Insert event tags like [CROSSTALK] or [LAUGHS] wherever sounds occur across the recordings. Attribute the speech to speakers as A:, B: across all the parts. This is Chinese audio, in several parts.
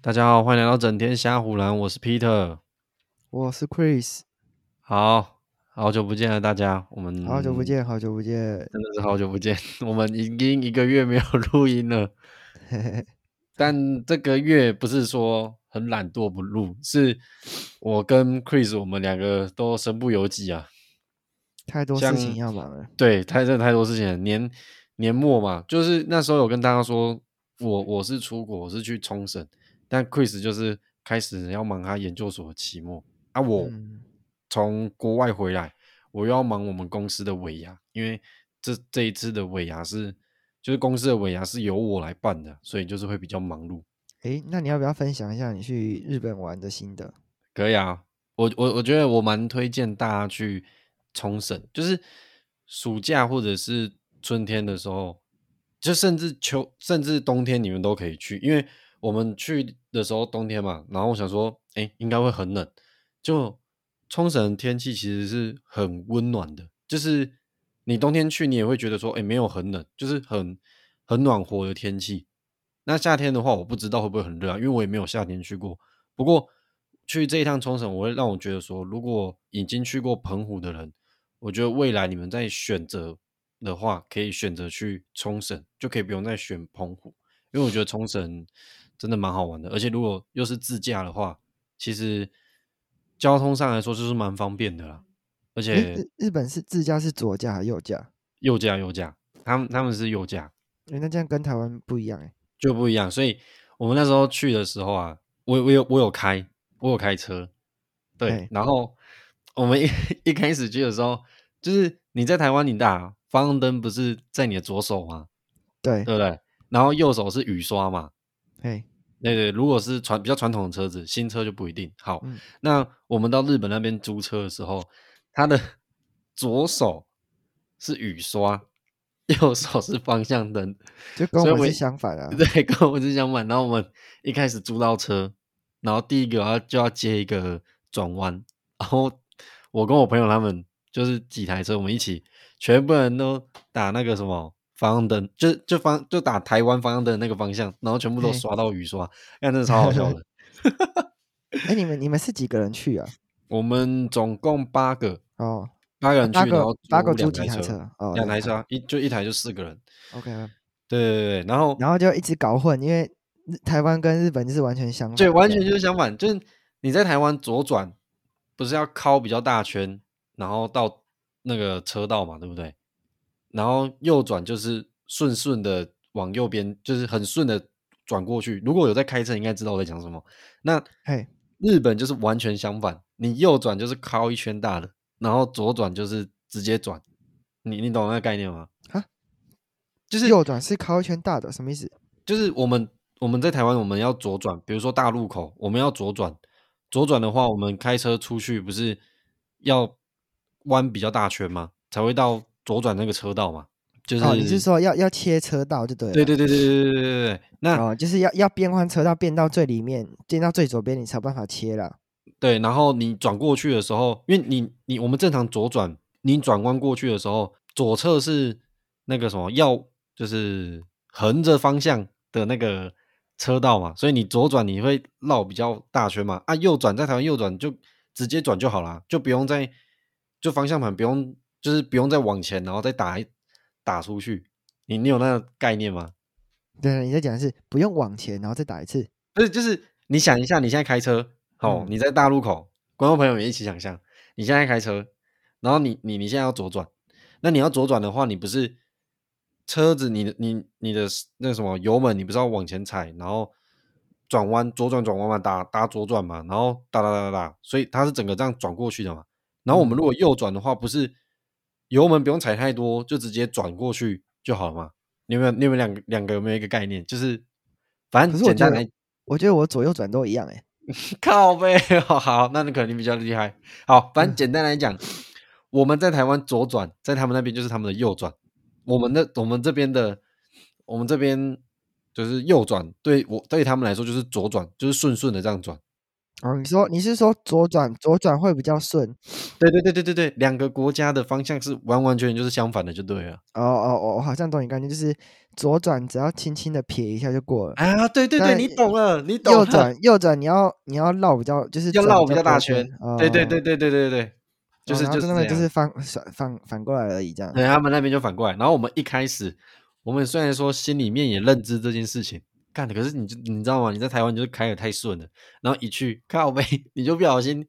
A: 大家好，欢迎来到整天瞎胡乱，我是 Peter。
B: 我是 Chris，
A: 好，好久不见了，大家，我们
B: 好久不，见，好久不见，
A: 真的是好久不见。 [LAUGHS] 我们已经一个月没有录音
B: [LAUGHS]
A: 了，
B: 嘿嘿嘿
A: 但这个月不是说很懒惰不录，是我跟 Chris 我们两个都身不由己啊。
B: 太多
A: 像
B: 事情要忙了。
A: 对，太真的太多事情了。年年末嘛，就是那时候有跟大家说，我我是出国，我是去冲绳，但 Chris 就是开始要忙他研究所的期末啊，我
B: 嗯
A: 从国外回来，我又要忙我们公司的尾牙，因为这这一次的尾牙是就是公司的尾牙是由我来办的，所以就是会比较忙碌。
B: 诶，那你要不要分享一下你去日本玩的心得？
A: 可以啊，我我我觉得我蛮推荐大家去冲绳，就是暑假或者是春天的时候，就甚至秋甚至冬天你们都可以去，因为我们去的时候冬天嘛，然后我想说，哎，应该会很冷，就冲绳天气其实是很温暖的，就是你冬天去你也会觉得说，哎，没有很冷，就是很很暖和的天气。那夏天的话，我不知道会不会很热啊，因为我也没有夏天去过，不过去这一趟冲绳，我会让我觉得说，如果已经去过澎湖的人，我觉得未来你们在选择的话，可以选择去冲绳，就可以不用再选澎湖，因为我觉得冲绳真的蛮好玩的，而且如果又是自驾的话，其实交通上来说就是蛮方便的啦，而
B: 诶，
A: 且
B: 日日本是自驾是左驾还是右驾？
A: 右驾右驾，他们他们是右驾，
B: 诶，那这样跟台湾不一样欸诶。
A: 就不一样。所以我们那时候去的时候啊，我我有我有开，我有开车，对
B: 嘿。
A: 然后我们一 [LAUGHS] 一开始去的时候，就是你在台湾，你打方向灯不是在你的左手吗？
B: 对，
A: 对不对？然后右手是雨刷嘛，
B: 嘿，
A: 对对，如果是传比较传统的车子，新车就不一定。好，
B: 嗯
A: 那我们到日本那边租车的时候，他的左手是雨刷， [LAUGHS] 右手是方向灯，
B: 就跟
A: 所以
B: 我
A: 我
B: 们是
A: 一
B: 相反啊。
A: [LAUGHS] 对，跟我是相反。然后我们一开始租到车，然后第一个要就要接一个转弯，然后我跟我朋友他们就是几台车，我们一起全部人都打那个什么方向灯，就就方就打台湾方向灯的那个方向，然后全部都
B: 嘿
A: 刷到雨刷，那真的超好笑
B: [LAUGHS]
A: 的。
B: 诶，你们你们是几个人去啊？
A: 我们总共八个，
B: 哦，
A: 八个人
B: 八
A: 去，然
B: 个
A: 后
B: 八个
A: 租
B: 租
A: 两
B: 几
A: 台
B: 台
A: 车，
B: 车？哦，
A: 两台车啊、一就一台就四个人。
B: OK，
A: 对对对，然后
B: 然后就一直搞混，因为日台湾跟日本就是完全相反的。
A: 对，完全就是相反。就是你在台湾左转，不是要靠比较大圈，然后到那个车道嘛，对不对？然后右转就是顺顺的往右边，就是很顺的转过去。如果有在开车，应该知道我在讲什么。那
B: 嘿，
A: 日本就是完全相反，你右转就是靠一圈大的，然后左转就是直接转。你你懂那个概念吗？
B: 啊，
A: 就是
B: 右转是靠一圈大的，什么意思？
A: 就是我们我们在台湾我们要左转，比如说大路口，我们要左转，左转的话，我们开车出去不是要弯比较大圈吗？才会到左转那个车道嘛。就是、
B: 哦，你是说要要切车道就对了。
A: 对对对对对对对对对。那、
B: 哦，就是要要变换车道，变到最里面，变到最左边，你才有办法切了。
A: 对，然后你转过去的时候，因为你你我们正常左转，你转弯过去的时候，左侧是那个什么要就是横着方向的那个车道嘛，所以你左转你会绕比较大圈嘛，啊，右转在台湾右转就直接转就好啦，就不用再就方向盘不用就是不用再往前，然后再打一打出去，你你有那个概念吗？
B: 对啊了，你在讲的是不用往前，然后再打一次。
A: 不是，就是你想一下，你现在开车，哦，
B: 嗯
A: 你在大路口，观众朋友也一起想象，你现在开车，然后你你你现在要左转，那你要左转的话，你不是车子你的你你的那什么油门，你不是要往前踩，然后转弯左转转弯嘛，打打左转嘛，然后打打打打打，所以它是整个这样转过去的嘛。然后我们
B: 嗯
A: 如果右转的话，不是油门不用踩太多，就直接转过去就好了嘛。你有没有你有没有两个两个有没有一个概念？就是反
B: 可
A: 正
B: 是我
A: 简
B: 觉
A: 单来
B: 得，我觉得我左右转都一样哎、
A: 靠背、哦，好，那你可能你比较厉害。好，反正
B: 嗯
A: 简单来讲，我们在台湾左转，在他们那边就是他们的右转。我们的我们这边的，我们这边就是右转，对我对他们来说就是左转，就是顺顺的这样转。
B: 哦，你说你是说左转左转会比较顺？
A: 对对对对对对，两个国家的方向是完完全全就是相反的，就对了
B: 哦哦哦，我好像懂你概念，就是左转只要轻轻的撇一下就过了，
A: 啊！对对对，
B: 但
A: 你懂了，你懂了。
B: 右转右转你要你要绕比较就是
A: 要
B: 转
A: 绕比较大
B: 多
A: 圈。
B: 哦
A: 对对
B: 哦
A: 对对对对对，就
B: 哦
A: 是
B: 然后
A: 就是
B: 那个
A: 这
B: 就
A: 样
B: 是反反反反过来而已，
A: [LAUGHS]
B: 这样。
A: 对他们那边就反过来。然后我们一开始，我们虽然说心里面也认知这件事情，干的，可是你就你知道吗？你在台湾你就是开的太顺了，然后一去靠背你就不小心，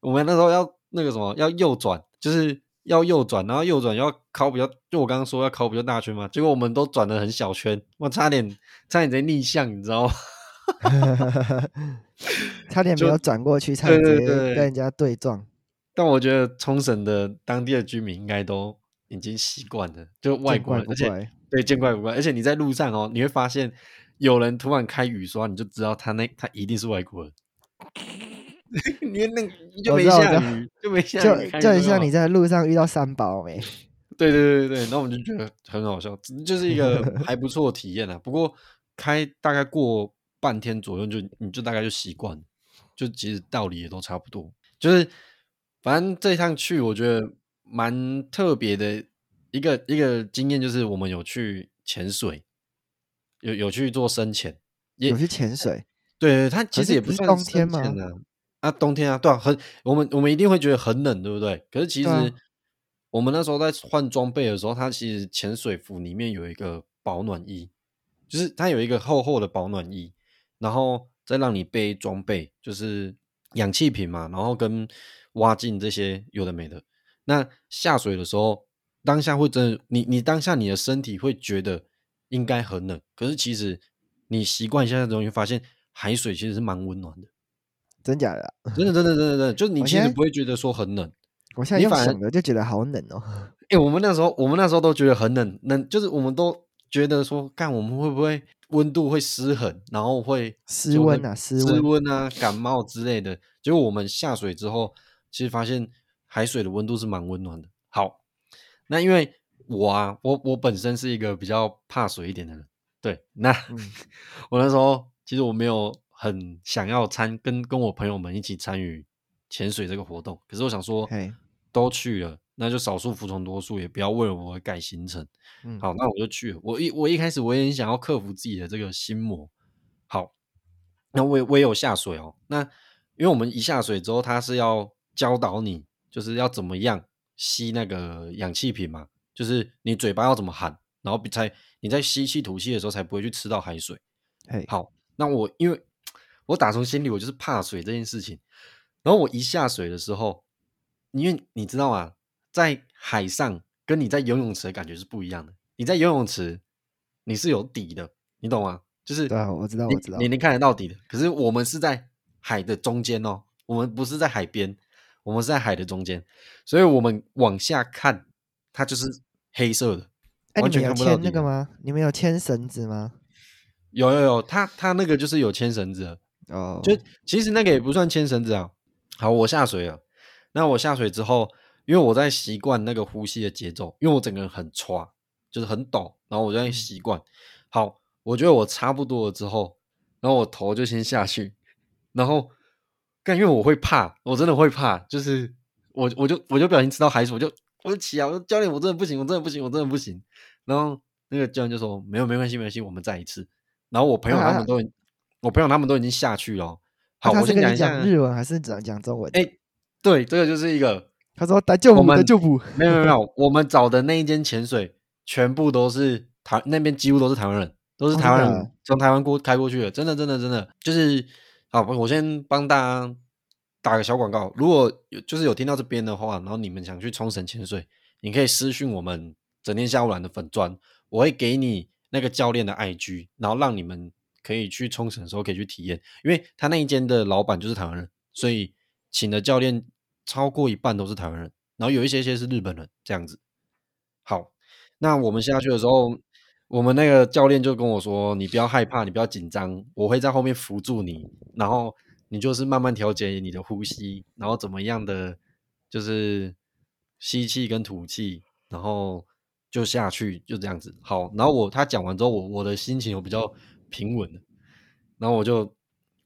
A: 我们那时候要那个什么要右转，就是要右转，然后右转要考比较，就我刚刚说要考比较大圈嘛，结果我们都转的很小圈，我差点差点直接逆向，你知道吗？ [LAUGHS]
B: 差点
A: 就
B: 没有转过去，差点
A: 对
B: 直
A: 对
B: 接
A: 对
B: 跟人家对撞。
A: 但我觉得冲绳的当地的居民应该都已经习惯了，就外
B: 见
A: 国
B: 怪
A: 人，
B: 不
A: 而且
B: 怪
A: 对见怪不怪。而且你在路上哦，你会发现有人突然开雨刷，你就知道他那他一定是外
B: [LAUGHS]
A: 国人。因为那个就
B: 我
A: 没
B: 知道我
A: 下
B: 知道
A: 雨，就没下雨，
B: 就就很像
A: 你
B: 你
A: 开雨刷干嘛。
B: 在路上遇到三宝没？
A: 对对对对，那我们就觉得很好笑，就是一
B: [LAUGHS]
A: 个还不错的体验啊。不过开大概过半天左右就，你就大概就习惯了，就其实道理也都差不多。就是反正这一趟去，我觉得蛮特别的一个一个经验，就是我们有去潜水，有有去做深潜，也
B: 有去潜水，
A: 对，它
B: 可
A: 其实
B: 是
A: 也
B: 不
A: 不
B: 是
A: 算
B: 冬
A: 深
B: 天吗
A: 潜啊，啊，冬天啊，对啊，很，我们我们一定会觉得很冷，对不对？可是其
B: 对啊
A: 实我们那时候在换装备的时候，它其实潜水服里面有一个保暖衣，就是它有一个厚厚的保暖衣，然后再让你备装备，就是氧气瓶嘛，然后跟蛙镜这些有的没的。那下水的时候，当下会真的，你你当下你的身体会觉得应该很冷，可是其实你习惯一下之后，你会发现海水其实是蛮温暖的，
B: 真假的啊？
A: 真的真的真的真的，就是你
B: 我
A: 其
B: 现
A: 实
B: 在
A: 不会觉得说很冷。
B: 我现在
A: 你
B: 用
A: 反而
B: 想的就觉得好冷
A: [LAUGHS]
B: 哦。
A: 哎、我们那时候我们那时候都觉得很冷，冷就是我们都觉得说，干我们会不会温度会失衡，然后会
B: 失
A: 就会
B: 温啊失
A: 失
B: 温
A: 温啊，感冒之类的。结果我们下水之后，其实发现海水的温度是蛮温暖的。好，那因为我啊，我我本身是一个比较怕水一点的人，对，那、
B: 嗯
A: [LAUGHS] 我那时候其实我没有很想要参跟跟我朋友们一起参与潜水这个活动，可是我想说
B: 嘿，
A: 都去了，那就少数服从多数，也不要为了我而改行程。
B: 嗯，
A: 好，那我就去了。我一我一开始我也很想要克服自己的这个心魔。好，那我也我也有下水哦。那因为我们一下水之后，他是要教导你，就是要怎么样吸那个氧气瓶嘛，就是你嘴巴要怎么喊，然后才你在吸气吐气的时候才不会去吃到海水。
B: 嘿，
A: 好，那我因为我打从心里我就是怕水这件事情，然后我一下水的时候，因为你知道啊，在海上跟你在游泳池的感觉是不一样的。你在游泳池你是有底的，你懂吗？就是
B: 对啊，我知道，
A: 你
B: 我知道
A: 你，能看得到底的。可是我们是在海的中间哦，我们不是在海边，我们是在海的中间，所以我们往下看，它就是黑色的，
B: 哎，
A: 完
B: 你们
A: 全
B: 有
A: 看不到
B: 牵
A: 底的
B: 那个吗？你们有牵绳子吗？
A: 有有有，它它那个就是有牵绳子的，
B: 哦，
A: 就其实那个也不算牵绳子啊。好，我下水了。那我下水之后，因为我在习惯那个呼吸的节奏，因为我整个人很歘，就是很抖，然后我就
B: 嗯
A: 在习惯。好，我觉得我差不多了之后，然后我头就先下去，然后干，因为我会怕，我真的会怕，就是我我就我就不小心吃到海水，我就我就起来，我说教练，我真的不行，我真的不行，我真的不行。然后那个教练就说没有没关系没关系，我们再一次。然后我朋友他
B: 啊
A: 们都已、我朋友他们都已经下去了哦。好，
B: 那啊他
A: 我
B: 是
A: 先
B: 跟
A: 讲
B: 你
A: 一下
B: 讲。日文还是讲讲中文？
A: 哎、对，这个就是一个
B: 他说打救
A: 我
B: 补，打
A: 们
B: 救补。
A: 没有没有没有，我们找的那一间潜水全部都是台那边几乎都是台湾人，都是
B: 哦
A: 台湾
B: 真的
A: 人
B: 啊
A: 从台湾过开过去的，真的真的真的就是好，我先帮大家打个小广告，如果有就是有听到这边的话，然后你们想去冲绳潜水，你可以私讯我们整天下午懒的粉砖，我会给你那个教练的 IG，然后让你们可以去冲绳的时候可以去体验，因为他那一间的老板就是台湾人，所以请的教练超过一半都是台湾人，然后有一些些是日本人这样子。好，那我们下去的时候，我们那个教练就跟我说：“你不要害怕，你不要紧张，我会在后面扶住你，然后你就是慢慢调节你的呼吸，然后怎么样的就是吸气跟吐气，然后就下去，就这样子。好，然后我他讲完之后，我我的心情有比较平稳了，然后我就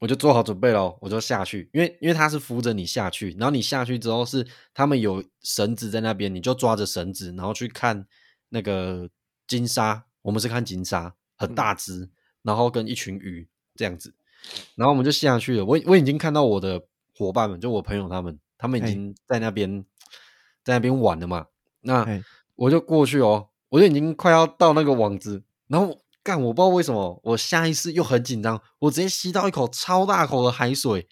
A: 我就做好准备咯，我就下去，因为因为他是扶着你下去，然后你下去之后是他们有绳子在那边，你就抓着绳子，然后去看那个金鲨，我们是看金鲨，很大只，然后跟一群鱼这样子，然后我们就下去了。我我已经看到我的伙伴们，就我朋友他们，他们已
B: 哎
A: 经在那边在那边玩了嘛，那。
B: 哎，
A: 我就过去哦，我就已经快要到那个网子，然后我干，我不知道为什么，我下意识又很紧张，我直接吸到一口超大口的海水，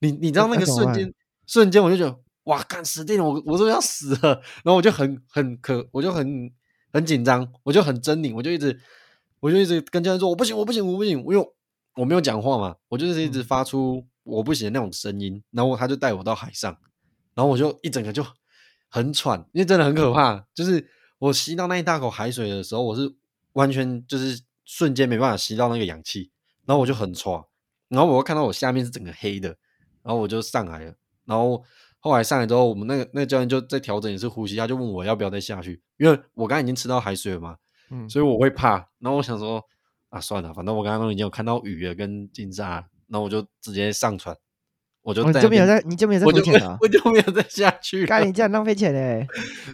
A: 你你知道
B: 那
A: 那个
B: 那怎么
A: 瞬
B: 办
A: 间，瞬间我就觉得哇，干死定了，我我是不是要死了？然后我就很很可，我就很很紧张，我就很狰狞，我就一直我就一直跟教练说我不行，我不行，我不行，我有我没有讲话嘛，我就是一直
B: 嗯
A: 发出我不行的那种声音，然后他就带我到海上。然后我就一整个就很喘，因为真的很可怕。就是我吸到那一大口海水的时候，我是完全就是瞬间没办法吸到那个氧气，然后我就很喘，然后我又看到我下面是整个黑的，然后我就上来了。然后后来上来之后，我们那个那个教练就在调整也是呼吸，他就问我要不要再下去，因为我刚才已经吃到海水了嘛，
B: 嗯，
A: 所以我会怕。然后我想说啊，算了，反正我刚刚都已经有看到鱼了跟金鲨了，然后我就直接上船，我就
B: 哦你
A: 在
B: 就
A: 那
B: 没
A: 边
B: 有在，你就没有在
A: 我
B: 付
A: 就
B: 钱
A: [LAUGHS]
B: 啊？
A: 我就没有再下去了。
B: 干，你这样浪费钱嘞！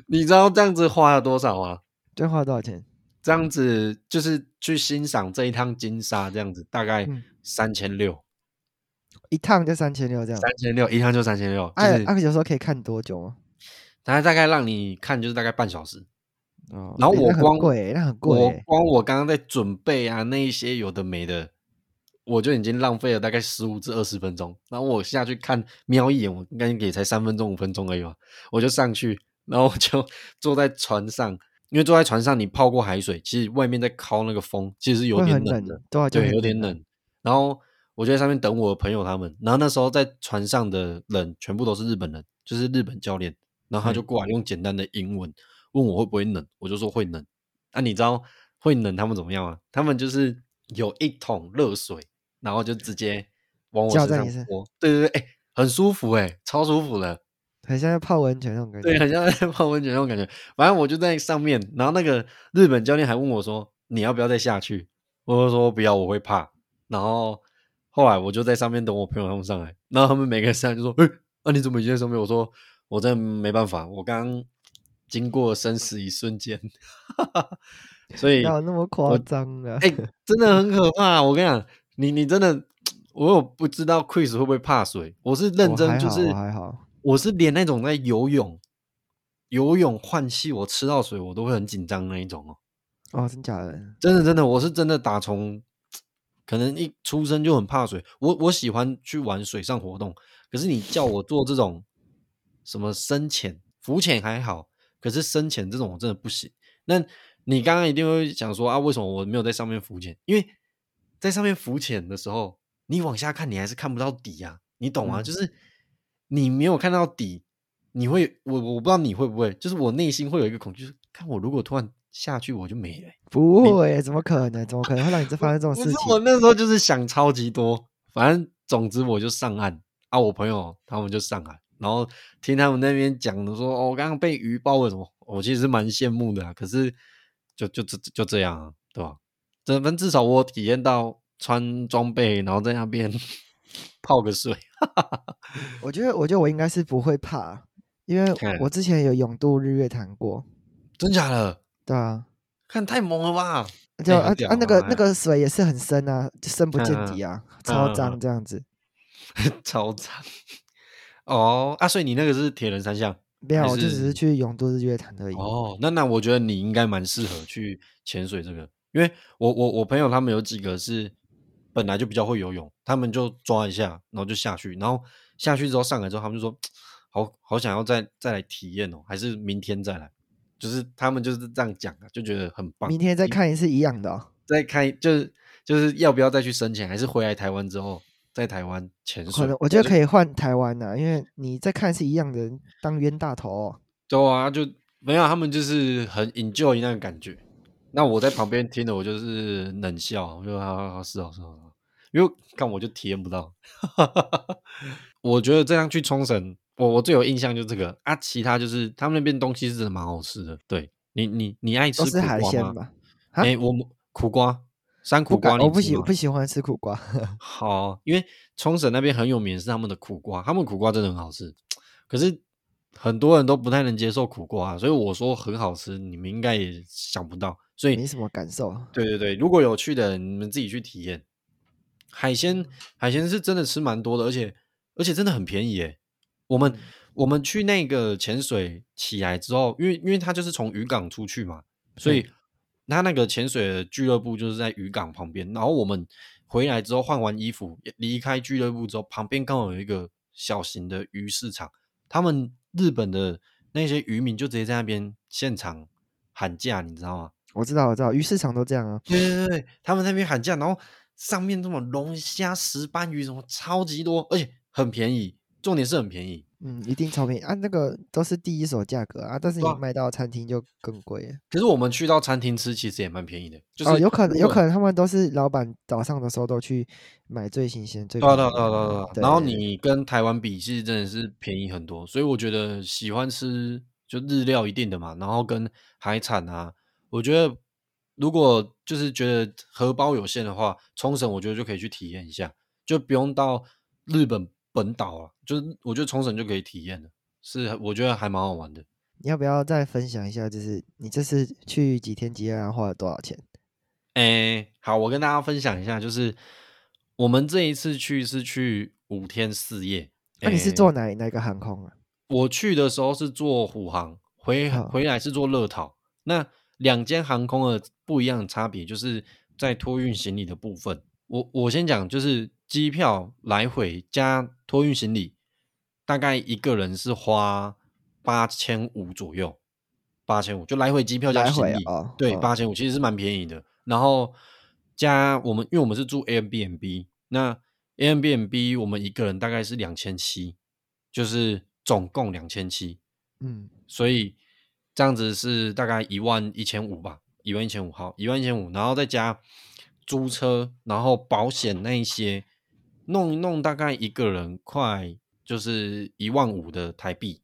A: 你知道这样子花了多少吗？
B: 这花了多少钱？
A: 这样子就是去欣赏这一趟金沙，这样子大概
B: 嗯
A: 三千六，
B: 一趟就三千六这样。
A: 三千六一趟就三千六，就
B: 哎，
A: 是
B: 阿克有时候可以看多久啊？
A: 它大概让你看就是大概半小时。
B: 哦，
A: 然后
B: 哎
A: 我
B: 那很
A: 光
B: 贵，那很
A: 我
B: 贵。
A: 光我刚刚在准备啊那一些有的没的，我就已经浪费了大概十五至二十分钟。然后我下去看瞄一眼，我应该也才三分钟五分钟而已吧，我就上去，然后我就 [LAUGHS] 坐在船上。因为坐在船上，你泡过海水，其实外面在靠那个风，其实是有
B: 会
A: 点
B: 很
A: 冷的。
B: 对啊，就
A: 对，
B: 很
A: 有点
B: 啊。
A: 冷。然后我就在上面等我的朋友他们，然后那时候在船上的人全部都是日本人，就是日本教练，然后他
B: 嗯
A: 就过来用简单的英文问我会不会冷，我就说会冷。啊，你知道会冷他们怎么样吗？他们就是有一桶热水，然后就直接往我
B: 浇
A: 身
B: 在
A: 上
B: 你身
A: 泼。对对对，哎、很舒服哎、超舒服的。
B: 很像在泡温泉那种感觉。
A: 对，很像在泡温泉那种感觉。反正我就在上面，然后那个日本教练还问我说：“你要不要再下去？”我就说：“不要，我会怕。”然后后来我就在上面等我朋友他们上来，然后他们每个人上来就说：“哎、那、你怎么已经在上面？”我说：“我真的没办法，我刚经过生死一瞬间，所以
B: 哪有那么夸张啊？
A: 哎、真的很可怕。我跟你讲，你你真的，我有不知道 Chris 会不会怕水，我是认
B: 我
A: 真，
B: 还
A: 就
B: 好
A: 是
B: 我还好，
A: 我是连那种在游泳、游泳换气，我吃到水我都会很紧张那一种哦。
B: 哦，真假的？
A: 真的真的，我是真的打从可能一出生就很怕水。我我喜欢去玩水上活动，可是你叫我做这种什么深潜、浮潜还好，可是深潜这种我真的不行。那你刚刚一定会想说啊，为什么我没有在上面浮潜？因为在上面浮潜的时候，你往下看，你还是看不到底啊，你懂吗？
B: 嗯
A: 就是你没有看到底，你会我我不知道你会不会，就是我内心会有一个恐惧，就是看我如果突然下去，我就没了欸、
B: 不会，怎么可能？怎么可能会让你这发生这种
A: 不
B: 事
A: 是
B: 情？
A: 我那时候就是想超级多，反正总之我就上岸啊，我朋友他们就上岸，然后听他们那边讲的说，哦，我刚刚被鱼包了什么，我其实蛮羡慕的啊，可是就就就就这样啊，对吧？这反正至少我体验到穿装备，然后在那边 [LAUGHS] 泡个水，
B: 我觉得，我觉得我应该是不会怕，因为
A: 看
B: 我之前有勇渡日月潭过，
A: 真假的？
B: 对啊，
A: 看太猛了吧！ [LAUGHS]
B: 就、
A: 很
B: 啊
A: 屌
B: 啊那个
A: 啊
B: 那个水也是很深啊，就深不见
A: 嗯
B: 底啊，
A: 嗯
B: 超
A: 嗯
B: 脏
A: 嗯
B: 这样子。
A: 超长哦啊！所以你那个是铁人三项
B: 没有，
A: 还
B: 我就只
A: 是
B: 是去勇渡日月潭而已。
A: 哦，那那我觉得你应该蛮适合去潜水这个，因为我我我朋友他们有几个是本来就比较会游泳，他们就抓一下，然后就下去，然后下去之后上来之后，他们就说好好想要再再来体验哦，还是明天再来，就是他们就是这样讲啊，就觉得很棒。
B: 明天再
A: 一
B: 看一次一样的、哦，
A: 再看就是就是要不要再去深潜，还是回来台湾之后在台湾潜水？
B: 可能我觉得可
A: 以。
B: 以换台湾呐、因为你再看一次一样的，当冤大头哦、
A: 对啊，就没有他们就是很 enjoy 那个感觉。那我在旁边听的，我就是冷笑，我就好好好是哦是哦，因为看我就体验不到。 [LAUGHS] 我觉得这样去冲绳，我我最有印象就是这个啊，其他就是他们那边东西是真的蛮好吃的。对你你你爱吃
B: 都
A: 苦
B: 是海
A: 瓜
B: 鲜
A: 吗？
B: 吧？啊
A: 哎、我们苦瓜山苦
B: 不
A: 瓜
B: 敢，
A: 你
B: 我不
A: 吃
B: 喜
A: 吗
B: 不喜欢吃苦瓜。
A: 好，因为冲绳那边很有名是他们的苦瓜，他们苦瓜真的很好吃，可是很多人都不太能接受苦瓜、啊所以我说很好吃，你们应该也想不到。所以
B: 没什么感受。
A: 对对对，如果有去的人，你们自己去体验。海鲜海鲜是真的吃蛮多的，而且而且真的很便宜耶。我们、我们去那个潜水起来之后，因为因为它就是从渔港出去嘛，所以它那个潜水的俱乐部就是在渔港旁边。然后我们回来之后换完衣服，离开俱乐部之后，旁边刚好有一个小型的鱼市场，他们日本的那些渔民就直接在那边现场喊价，你知道吗？
B: 我知道，我知道，鱼市场都这样啊。
A: 对对对，他们那边喊价，然后上面这么龙虾、石斑鱼什么超级多，而且很便宜，重点是很便宜。
B: 嗯，一定超便宜啊，那个都是第一手价格啊，但是你
A: 对啊
B: 卖到餐厅就更贵了。
A: 可是我们去到餐厅吃，其实也蛮便宜的，就是、
B: 哦，有可能，有
A: 能。
B: 可能他们都是老板早上的时候都去买最新鲜、最
A: 对啊
B: 便宜
A: 对啊
B: 的
A: 对啊对啊对啊
B: 对
A: 然后
B: 对对
A: 你跟台湾比，其实真的是便宜很多，所以我觉得喜欢吃就日料一定的嘛，然后跟海产啊，我觉得如果就是觉得荷包有限的话，冲绳我觉得就可以去体验一下，就不用到日本本岛啊，就是我觉得冲绳就可以体验了，是我觉得还蛮好玩的。
B: 你要不要再分享一下？就是你这次去几天几夜啊，花了多少钱？
A: 诶，好，我跟大家分享一下，就是我们这一次去是去五天四夜，
B: 那、啊你是
A: 诶
B: 坐哪哪个航空啊？
A: 我去的时候是坐虎航，回
B: 好
A: 回来是坐乐桃。那两间航空的不一样的差别，就是在托运行李的部分。我我先讲，就是机票来回加托运行李，大概一个人是花八千五左右，八千五就来回机票加
B: 来
A: 行
B: 回
A: 李，
B: 哦，
A: 对，
B: 哦
A: 八千五其实是蛮便宜的。然后加我们，因为我们是住 Airbnb，那 Airbnb 我们一个人大概是两千七，就是总共两千七，
B: 嗯，
A: 所以这样子是大概一万一千五吧，一万一千五，好，一万一千五，然后再加租车，然后保险那一些，弄一弄大概一个人快就是一万五的台币，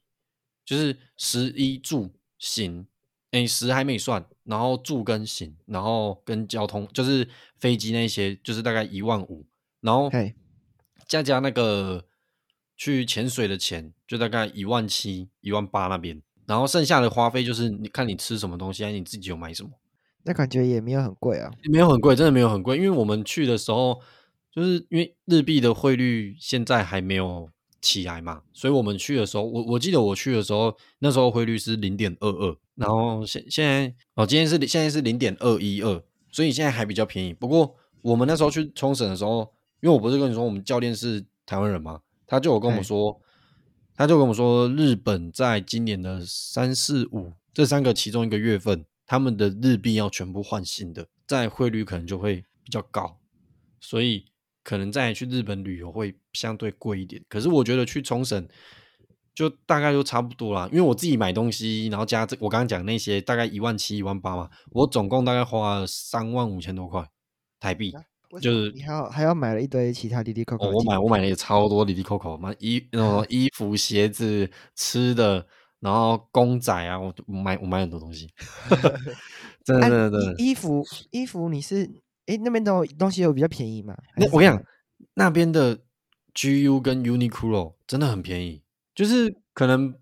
A: 就是十一住行，诶，十还没算，然后住跟行，然后跟交通就是飞机那些，就是大概一万五，然后
B: 嘿
A: 加加那个去潜水的钱，就大概一万七、一万八那边，然后剩下的花费就是你看你吃什么东西，还是你自己有买什么，
B: 那感觉也没有很贵啊。
A: 没有很贵，真的没有很贵，因为我们去的时候，就是因为日币的汇率现在还没有起来嘛，所以我们去的时候，我我记得我去的时候，那时候汇率是零点二二，然后现现在哦，今天是现在是零点二一二，所以现在还比较便宜。不过我们那时候去冲绳的时候，因为我不是跟你说我们教练是台湾人嘛，他就有跟我们
B: 嘿
A: 说，他就跟我们说，日本在今年的三四五这三个其中一个月份，他们的日币要全部换新的，在汇率可能就会比较高，所以可能再去日本旅游会相对贵一点。可是我觉得去冲绳就大概就差不多啦，因为我自己买东西，然后加这我刚刚讲那些大概一万七、一万八嘛，我总共大概花了三万五千多块台币。
B: 为
A: 就
B: 什么
A: 是
B: 你还要还要买了一堆其他滴滴扣
A: 哦，
B: 扣，
A: 我买我买了也超多里里扣扣，买衣那种衣服、鞋子、吃的，然后公仔啊，我我买我买很多东西， [LAUGHS] 真的真
B: 哎
A: 的真的。
B: 衣衣服衣服你是哎那边都有东西有比较便宜嘛？还
A: 那
B: 是
A: 我跟你
B: 怎么
A: 讲，那边的 GU 跟 Uniqlo 真的很便宜，就是可能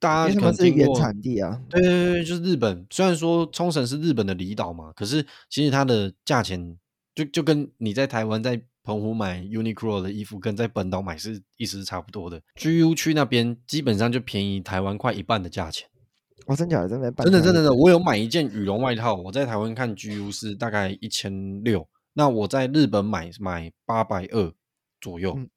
A: 大
B: 样，
A: 家可
B: 因为他
A: 能
B: 们是
A: 经
B: 原
A: 过，
B: 产地啊。
A: 对对对，就是日本。虽然说冲绳是日本的离岛嘛，可是其实它的价钱就就跟你在台湾在澎湖买 Uniqlo 的衣服，跟在本岛买是意思是差不多的。GU 区那边基本上就便宜台湾快一半的价钱。
B: 我哦真假的真没办
A: 真的
B: 法
A: 真的真的，我有买一件羽绒外套，我在台湾看 GU 是大概一千六，那我在日本买买八百二左右，
B: 嗯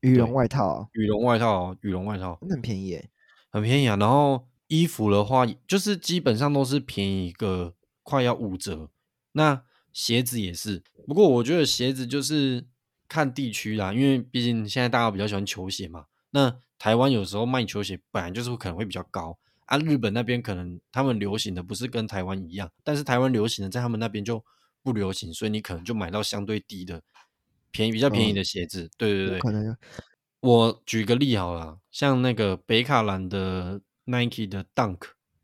B: 羽绒
A: 对
B: 外套啊，
A: 羽绒外套哦，羽绒外套
B: 那很便宜耶。
A: 很便宜啊。然后衣服的话，就是基本上都是便宜个快要五折。那鞋子也是，不过我觉得鞋子就是看地区啦，因为毕竟现在大家比较喜欢球鞋嘛。那台湾有时候卖球鞋本来就是会可能会比较高啊，日本那边可能他们流行的不是跟台湾一样，但是台湾流行的在他们那边就不流行，所以你可能就买到相对低的便宜比较便宜
B: 嗯
A: 的鞋子。对对
B: 有
A: 对，
B: 可能
A: 我举个例好了，像那个北卡兰的 Nike 的 Dunk，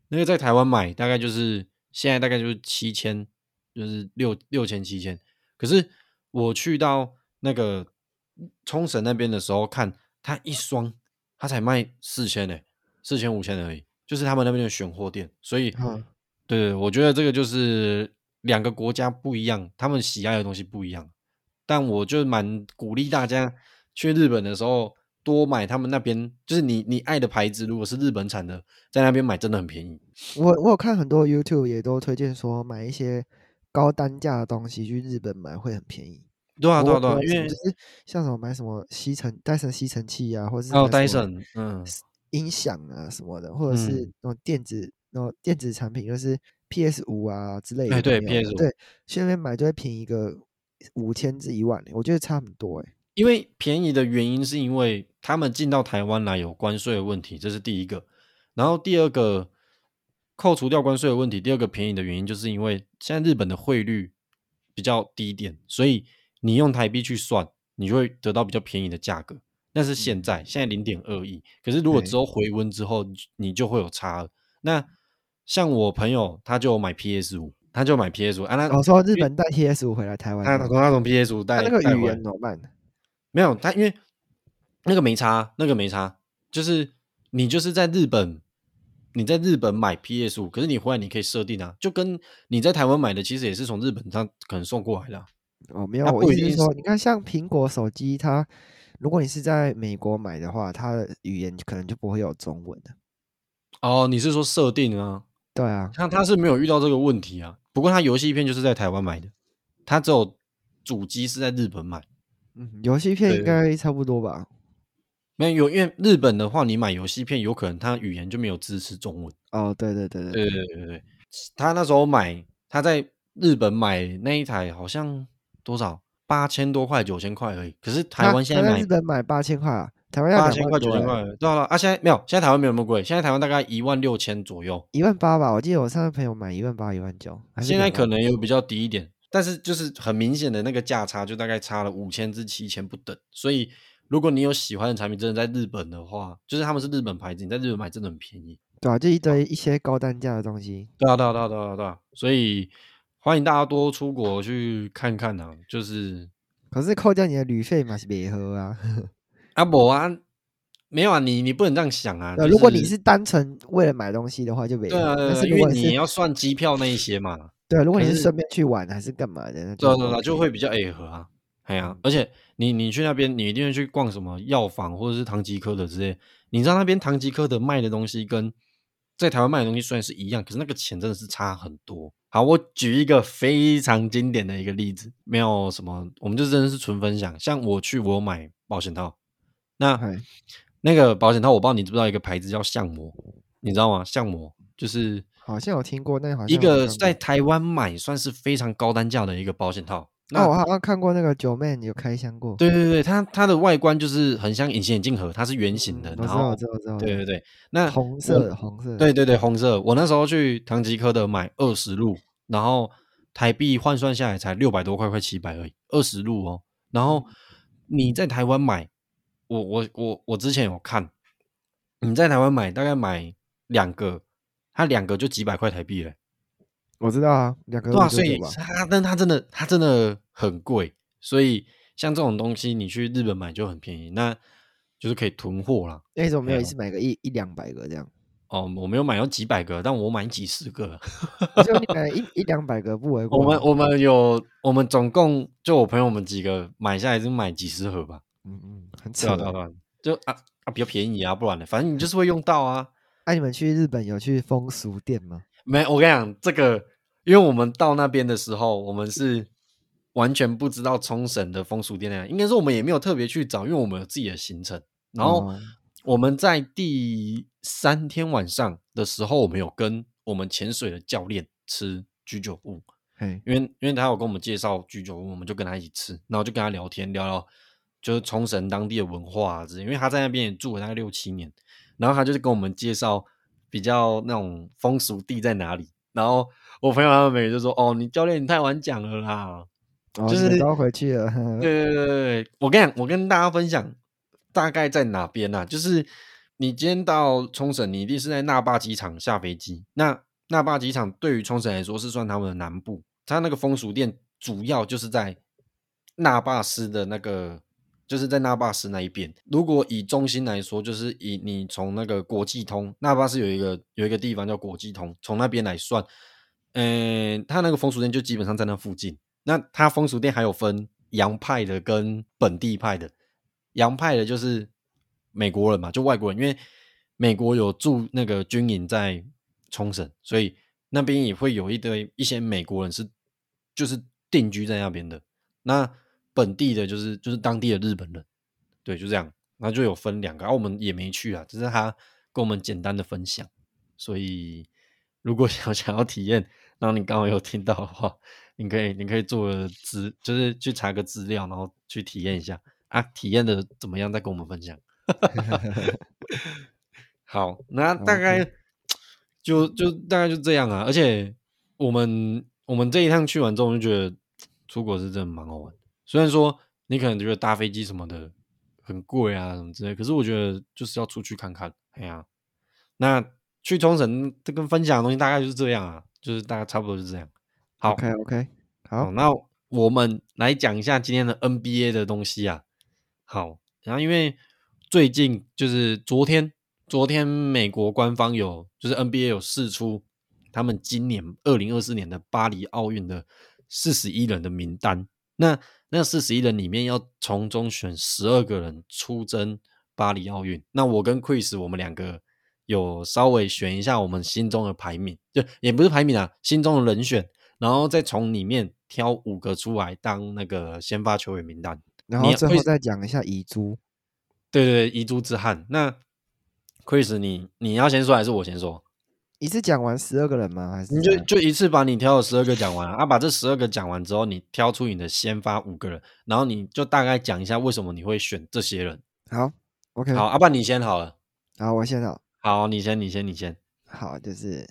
A: 那个在台湾买大概就是现在大概就是七千，就是六六千七千。可是我去到那个冲绳那边的时候，看它一双，它才卖四千呢，四千五千而已，就是他们那边的选货店。所以，
B: 嗯
A: 对，我觉得这个就是两个国家不一样，他们喜爱的东西不一样。但我就蛮鼓励大家去日本的时候多买他们那边，就是你你爱的牌子，如果是日本产的，在那边买真的很便宜。
B: 我我有看很多 YouTube 也都推荐说买一些高单价的东西去日本买会很便宜。
A: 对啊，对啊，
B: 我
A: 对啊
B: 我，
A: 因为
B: 就是像什么买什么吸尘戴森吸尘器啊，或者是
A: 还有
B: 买
A: 哦戴
B: 什么
A: 森，嗯，
B: 音响啊什么的，或者是
A: 嗯
B: 那种电子那种电子产品，就是 PS 五啊之类的
A: 哎
B: 有
A: 对
B: 没有的。
A: PS5
B: 对，去那边买就会便宜个五千至一万欸，我觉得差很多哎、
A: 因为便宜的原因是因为他们进到台湾来有关税的问题，这是第一个。然后第二个，扣除掉关税的问题，第二个便宜的原因就是因为现在日本的汇率比较低一点，所以你用台币去算，你就会得到比较便宜的价格。那是现在，现在零点二亿。可是如果
B: 嗯对
A: 之后回温之后，你就你就会有差了。那像我朋友，他就有买 PS 五，他就买 PS 五啊，那
B: 我说日本带 PS 五回来台湾
A: 他
B: 哦买，
A: 他从他从 PS 五
B: 他
A: 带
B: 那个
A: 带
B: 语
A: 回来
B: 言怎么办？
A: 没有，他因为那个没差，啊那个没差，就是你就是在日本，你在日本买 PS 五，可是你回来你可以设定啊，就跟你在台湾买的其实也是从日本上可能送过来的啊、
B: 哦，没有，
A: 它
B: 我
A: 不
B: 意
A: 一
B: 思是
A: 定
B: 说，你看像苹果手机，它如果你是在美国买的话，它的语言可能就不会有中文的。
A: 哦，你是说设定啊？
B: 对啊，
A: 他他是没有遇到这个问题啊。不过他游戏片就是在台湾买的，他只有主机是在日本买。
B: 嗯，游戏片应
A: 对
B: 该差不多吧？
A: 没有，因为日本的话，你买游戏片有可能它语言就没有支持中文。
B: 哦，对对对对，
A: 对对对对对，他那时候买，他在日本买那一台好像多少八千多块、九千块而已。可是台
B: 他
A: 湾现
B: 他
A: 在
B: 在
A: 买
B: 日本买八千块啊，台湾要
A: 八
B: 两
A: 千
B: 万
A: 块、九
B: 多
A: 千
B: 欸，
A: 块，对啊对啊啊！现在没有，现在台湾没有那么贵，现在台湾大概一万六千左右，
B: 一万八吧？我记得我上次朋友买一万八、一万九，还是
A: 现在
B: 两
A: 可
B: 万
A: 能有比较低一点，但是就是很明显的那个价差，就大概差了五千至七千不等。所以如果你有喜欢的产品，真的在日本的话，就是他们是日本牌子，你在日本买真的很便宜。
B: 对啊，就一
A: 哦
B: 堆一些高单价的东西。
A: 对啊，对啊，对啊，对啊，对啊，所以欢迎大家多出国去看看啊！就是
B: 可是扣掉你的旅费嘛，是别喝啊。 [LAUGHS]
A: 啊，我啊，没有啊，你你不能这样想啊。
B: 对
A: 就
B: 如果你是单纯为了买东西的话，就别
A: 对
B: 喝。
A: 啊，对
B: 但
A: 啊
B: 是
A: 因
B: 如
A: 为
B: 果
A: 你
B: 是
A: 要算机票那一些嘛，
B: 对，啊如果
A: 可
B: 你是
A: 是
B: 顺便去玩还是干嘛的，那就
A: 对啊对啊对啊，
B: OK
A: 就会比较 A 合啊。哎呀、而且你你去那边，你一定会去逛什么药房或者是唐吉诃德之类。你知道那边唐吉诃德卖的东西跟在台湾卖的东西虽然是一样，可是那个钱真的是差很多。好，我举一个非常经典的一个例子，没有什么，我们就真的是纯分享。像我去，我有买保险套，那
B: 嗨
A: 那个保险套，我不知道你知不知道一个牌子叫相模，你知道吗？相模就是
B: 好像有听过，但好像
A: 一
B: 有
A: 个
B: 看
A: 在
B: 过
A: 台湾买算是非常高单价的一个保险套。那
B: 哦，我好像看过那个九妹有开箱过，
A: 对对对，它它的外观就是很像隐形眼镜盒，它是圆形
B: 嗯，
A: 的，
B: 我
A: 然
B: 知道，我
A: 后
B: 知道，我知道，我
A: 对对
B: 知道
A: 对，那
B: 红
A: 我
B: 色的，红色的，
A: 对对对红色，我那时候去唐吉诃德买二十路，然后台币换算下来才六百多块，快七百而已，二十路哦。然后你在台湾买，我我我我之前有看，你在台湾买大概买两个，它两个就几百块台币了。
B: 我知道啊，两个
A: 对
B: 五
A: 啊，
B: 九
A: 所
B: 九
A: 以
B: 吧，
A: 它，但它真的，它真的很贵，所以像这种东西，你去日本买就很便宜，那就是可以囤货啦。
B: 那种没有
A: 哎
B: 一
A: 呀
B: 次买个一一两百个
A: [LAUGHS]
B: 这样，
A: 哦，我没有买到几百个，但我买几十个。
B: 我觉得你买一一两百个不为
A: 我
B: 过
A: 们
B: 啊，
A: 我们有，我们总共就我朋友们几个买下来是买几十盒吧，
B: 嗯嗯，很扯
A: 对啊对啊，
B: 欸。
A: 对啊就啊啊比较便宜啊，不然呢，反正你就是会用到啊。
B: 那你们去日本有去风俗店吗？
A: 没，我跟你讲，这个，因为我们到那边的时候，我们是完全不知道冲绳的风俗店那样，应该说我们也没有特别去找，因为我们有自己的行程。然后
B: 哦
A: 我们在第三天晚上的时候，我们有跟我们潜水的教练吃居酒屋，
B: 嘿，
A: 因为因为他有跟我们介绍居酒屋，我们就跟他一起吃，然后就跟他聊天，聊聊就是冲绳当地的文化啊之类，因为他在那边也住了大概六七年，然后他就是跟我们介绍比较那种风俗地在哪里，然后我朋友他们每个就说：“哦，你教练你太晚讲了啦。”就
B: 哦，你们
A: 是
B: 都要回去了，呵呵
A: 对对对对，对我跟你讲，我跟大家分享大概在哪边啊？就是你今天到冲绳，你一定是在那霸机场下飞机。那那霸机场对于冲绳来说是算他们的南部，它那个风俗店主要就是在那霸市的那个，就是在那霸市那一边。如果以中心来说，就是以你从那个国际通，那霸市有一个有一个地方叫国际通，从那边来算，嗯、它那个风俗店就基本上在那附近。那它风俗店还有分洋派的跟本地派的，洋派的就是美国人嘛，就外国人，因为美国有驻那个军营在冲绳，所以那边也会有一堆一些美国人是就是定居在那边的。那本地的就是就是当地的日本人，对，就这样。然后就有分两个，啊，我们也没去啊，只是他跟我们简单的分享。所以如果 [LAUGHS] 想想要体验，然后你刚好有听到的话，你可以你可以做个资，就是去查个资料，然后去体验一下啊，体验的怎么样再跟我们分享。 [LAUGHS] 好，那大概就就大概就这样啊。而且我们我们这一趟去完之后，我就觉得出国是真的蛮好玩的。虽然说你可能觉得搭飞机什么的很贵啊什么之类，可是我觉得就是要出去看看。哎呀、那去冲绳这跟分享的东西大概就是这样啊，就是大概差不多就是这样。
B: [LAUGHS]
A: 好嗯
B: OK OK，
A: 好，
B: 好，
A: 哦那我们来讲一下今天的 NBA 的东西啊。好，然后因为最近就是昨天，昨天美国官方有就是 NBA 有释出他们今年二零二四年的巴黎奥运的四十一人的名单。那那四十一人里面要从中选十二个人出征巴黎奥运。那我跟 Chris 我们两个有稍微选一下我们心中的排名，就也不是排名啊，心中的人选。然后再从里面挑五个出来当那个先发球员名单。
B: 然
A: 你
B: 后
A: 要
B: 最
A: 会
B: 后再讲一下遗珠。
A: 对对对，遗珠之憾。那 Chris，你你要先说还是我先说？嗯
B: 一次讲完十二个人吗？还是
A: 你
B: 怎
A: 就
B: 样
A: 就一次把你挑的十二个讲完啊，啊把这十二个讲完之后，你挑出你的先发五个人，然后你就大概讲一下为什么你会选这些人。
B: 好
A: [LAUGHS]
B: OK？
A: 好，阿、爸你先好了。
B: 好，我先好，
A: 好，你先，你先，你先。
B: 好就是，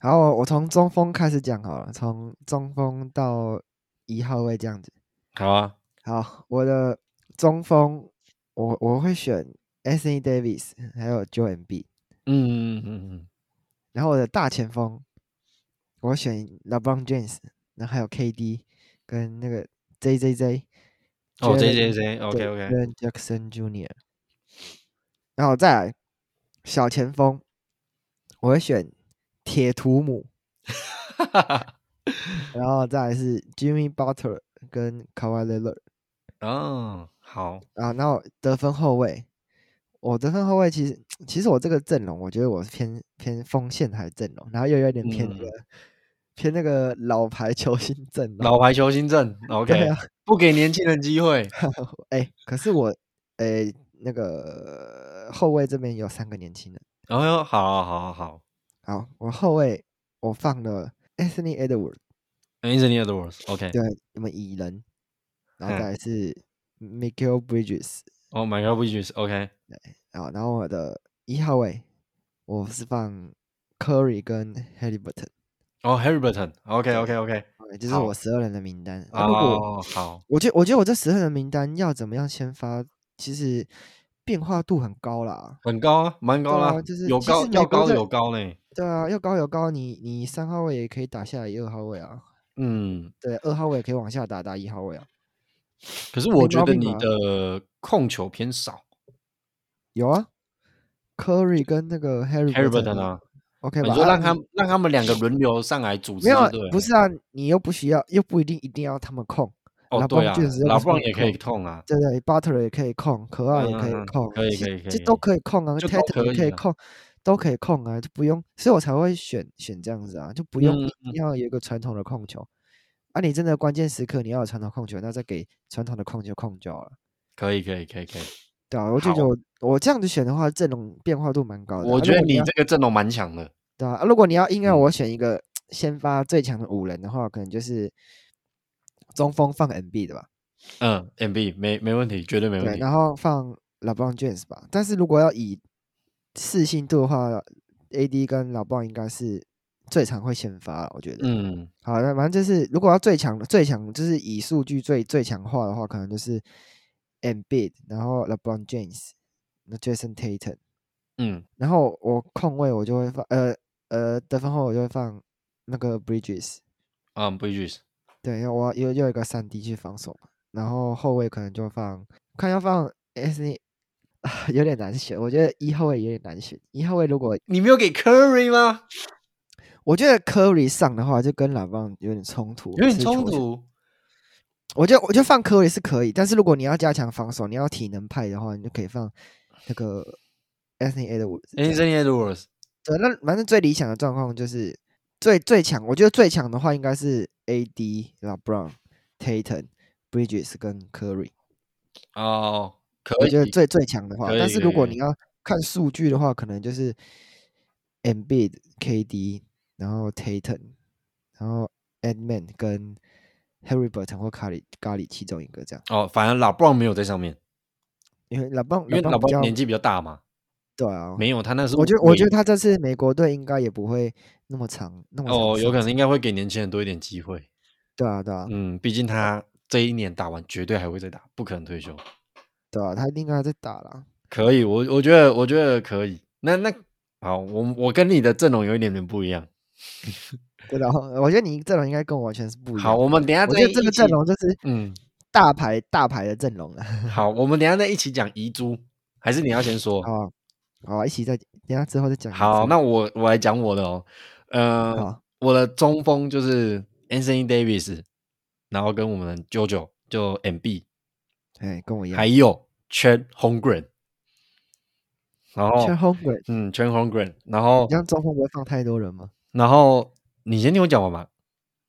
B: 好，我我从中锋开始讲好了，从中锋到一号位这样子。
A: 好啊，
B: 好，我的中锋，我我会选 S. A. Davis 还有 Joe M. B。
A: 嗯嗯嗯嗯，
B: 然后我的大前锋，我选 LeBron James，然后还有 KD 跟那个 J J J。
A: 哦，J J J，OK OK，
B: Jaren Jackson Jr.，然后再来小前锋，我会选铁图姆，然后再来是 Jimmy Butler 跟 Kawhi Leonard，
A: [LAUGHS] 哦，好，
B: 啊，然后得分后卫，我得分后卫其实其实我这个阵容，我觉得我是偏偏锋线还是阵容，然后又有点偏那
A: 嗯
B: 个、偏那个老牌球星阵容。 [LAUGHS]
A: 老牌球星阵，OK，、 [LAUGHS]
B: 对啊，
A: 不给年轻人机会，
B: 哎、可是我哎、那个后卫这边有三个年轻人，
A: 然后又好好好好
B: 好，我后卫我放了 Anthony Edwards，
A: ，Anthony Edwards，OK，、
B: 对，你们蚁人，然后
A: 嗯
B: 再来是 Michael Bridges，
A: 哦、m y God Bridges，OK，、
B: 啊，然后我的一号位我是放 Curry 跟 Halliburton，
A: 哦、h a r r i b u r t o n o k OK OK，
B: 也就是
A: 好
B: 我十二人的名单。啊、如果
A: 哦，好，
B: 我觉得，我觉得我这十二人的名单要怎么样先发，其实变化度很高啦。
A: 很高啊，蛮高
B: 对
A: 啦，
B: 啊就是
A: 有
B: 其
A: 高
B: 实
A: 要
B: 美国
A: 高
B: 在
A: 有高呢，
B: 对啊，又高有高，你你三号位也可以打下来一二号位啊，
A: 嗯，
B: 对，二号位也可以往下打打一号位啊。
A: 可是我
B: 没
A: 觉
B: 毛
A: 得
B: 病
A: 你
B: 吧
A: 的控球偏少
B: 有啊，Curry 跟那个 Harry
A: h a r r i b u r t o n 啊，
B: ，OK 吧？
A: 你说
B: 啊
A: 让他
B: 你
A: 们让他们两个轮流上来组织，
B: 没有啊
A: 对了，
B: 不是啊，你又不需要，又不一定一定要他们控。
A: 哦，
B: 老
A: 对
B: 棒
A: 啊
B: 确实，又
A: 老
B: 不是不
A: 棒
B: 能
A: 也可以
B: 控
A: 痛啊，
B: 对对，Butler 也可以控，可爱也可以
A: 嗯嗯嗯
B: 控，
A: 可以
B: 其
A: 可以可
B: 这
A: 以
B: 都可以控啊，
A: 就都
B: Tatum 也
A: 可
B: 可
A: 以
B: 以
A: 啊
B: 控，都可以控啊，就不用，所以我才会选选这样子啊，就不用
A: 嗯
B: 一定要有一个传统的控球。啊，你真的关键时刻你要有传统控球，那再给传统的控球控就好了，
A: 可以可以可以可以，
B: 对啊，我就觉
A: 好
B: 得我我这样子选的话，阵容变化度蛮高的啊。
A: 我
B: 如
A: 觉得
B: 果
A: 你
B: 要
A: 这个阵容蛮强的，
B: 对啊，啊如果你要硬要
A: 嗯
B: 我选一个先发最强的五人的话，可能就是中锋放 NB 的吧。
A: 嗯，MB 没没问题，绝对没问
B: 对，
A: 题，
B: 然后放 LeBron James 吧。但是如果要以四信度的话，AD 跟 LeBron 应该是最常会先发了，我觉得。。
A: 嗯。
B: 好，那反正就是如果要最强的，最强就是以数据最最强化的话，可能就是 Embiid，然后 LeBron James，那 Jason Tatum，
A: 嗯，
B: 然后我控位我就会放呃呃得分后我就会放那个 Bridges，
A: 啊、b r i d g e s
B: 对，因为我要又又有一个三 D 去防守嘛。然后后卫可能就放，看要放 S N，有点难选。我觉得一后卫有点难选。一后卫如果
A: 你没有给 Curry 吗？
B: 我觉得 Curry 上的话，就跟老棒有点冲突，
A: 有点
B: 是
A: 冲
B: 球权。
A: 突。
B: 我觉得我觉得放 Curry 是可以，但是如果你要加强防守，你要体能派的话，你就可以放那个 Anthony Edwards 这样。
A: Anthony Edwards
B: 对，那反正最理想的状况就是最最强，我觉得最强的话应该是 AD、LeBron、Tatum、Bridges 跟 Curry。
A: 哦，可以。
B: 我觉得最最强的话
A: 可，
B: 但
A: 以
B: 是
A: 可
B: 如果
A: 以
B: 你要看数据的话，可能就是 Embiid、KD，然后 Tatum，然后 Edman 跟 Harry Burton 或卡里咖喱其中一个这样，
A: 哦，反正老 b r o n 没有在上面，
B: 因为老棒
A: 因为老
B: 棒
A: b
B: 比
A: r o
B: 较
A: n 年纪比较大嘛。
B: 对啊，
A: 没有，他那是
B: 我觉得我觉
A: 伪
B: 得他这次美国队应该也不会那么长那么长
A: 哦，有可
B: 上
A: 能
B: 场
A: 应该会给年轻人多一点机会。
B: 对啊对啊
A: 嗯，毕竟他这一年打完，绝对还会再打，不可能退休。
B: 对啊，他应该还在打啦。
A: 可以，我我觉得我觉得可以。那那好，我我跟你的阵容有一点点不一样。
B: 对的，我觉得你阵容应该跟我完全是不一样。
A: 好，我们等一下
B: 我
A: 再
B: 觉得这
A: 一
B: 个
A: 起
B: 阵，容就是
A: 嗯，
B: 大牌大牌的阵容了。
A: 好，我们等一下再一起讲遗珠，还是你要先说？
B: 好啊，好啊，一起再等一下之后再讲一次。
A: 好，那我我来讲我的哦。呃
B: 好，
A: 我的中锋就是 Anthony Davis，然后跟我们的 JoJo 就 MB，
B: 哎，跟我一样
A: 还。有 Chad Holmgren，然后
B: Chet Holmgren，
A: 嗯 Chad Holmgren，然后
B: 这样中锋不会放太多人吗？
A: 然后你先听我讲完吧。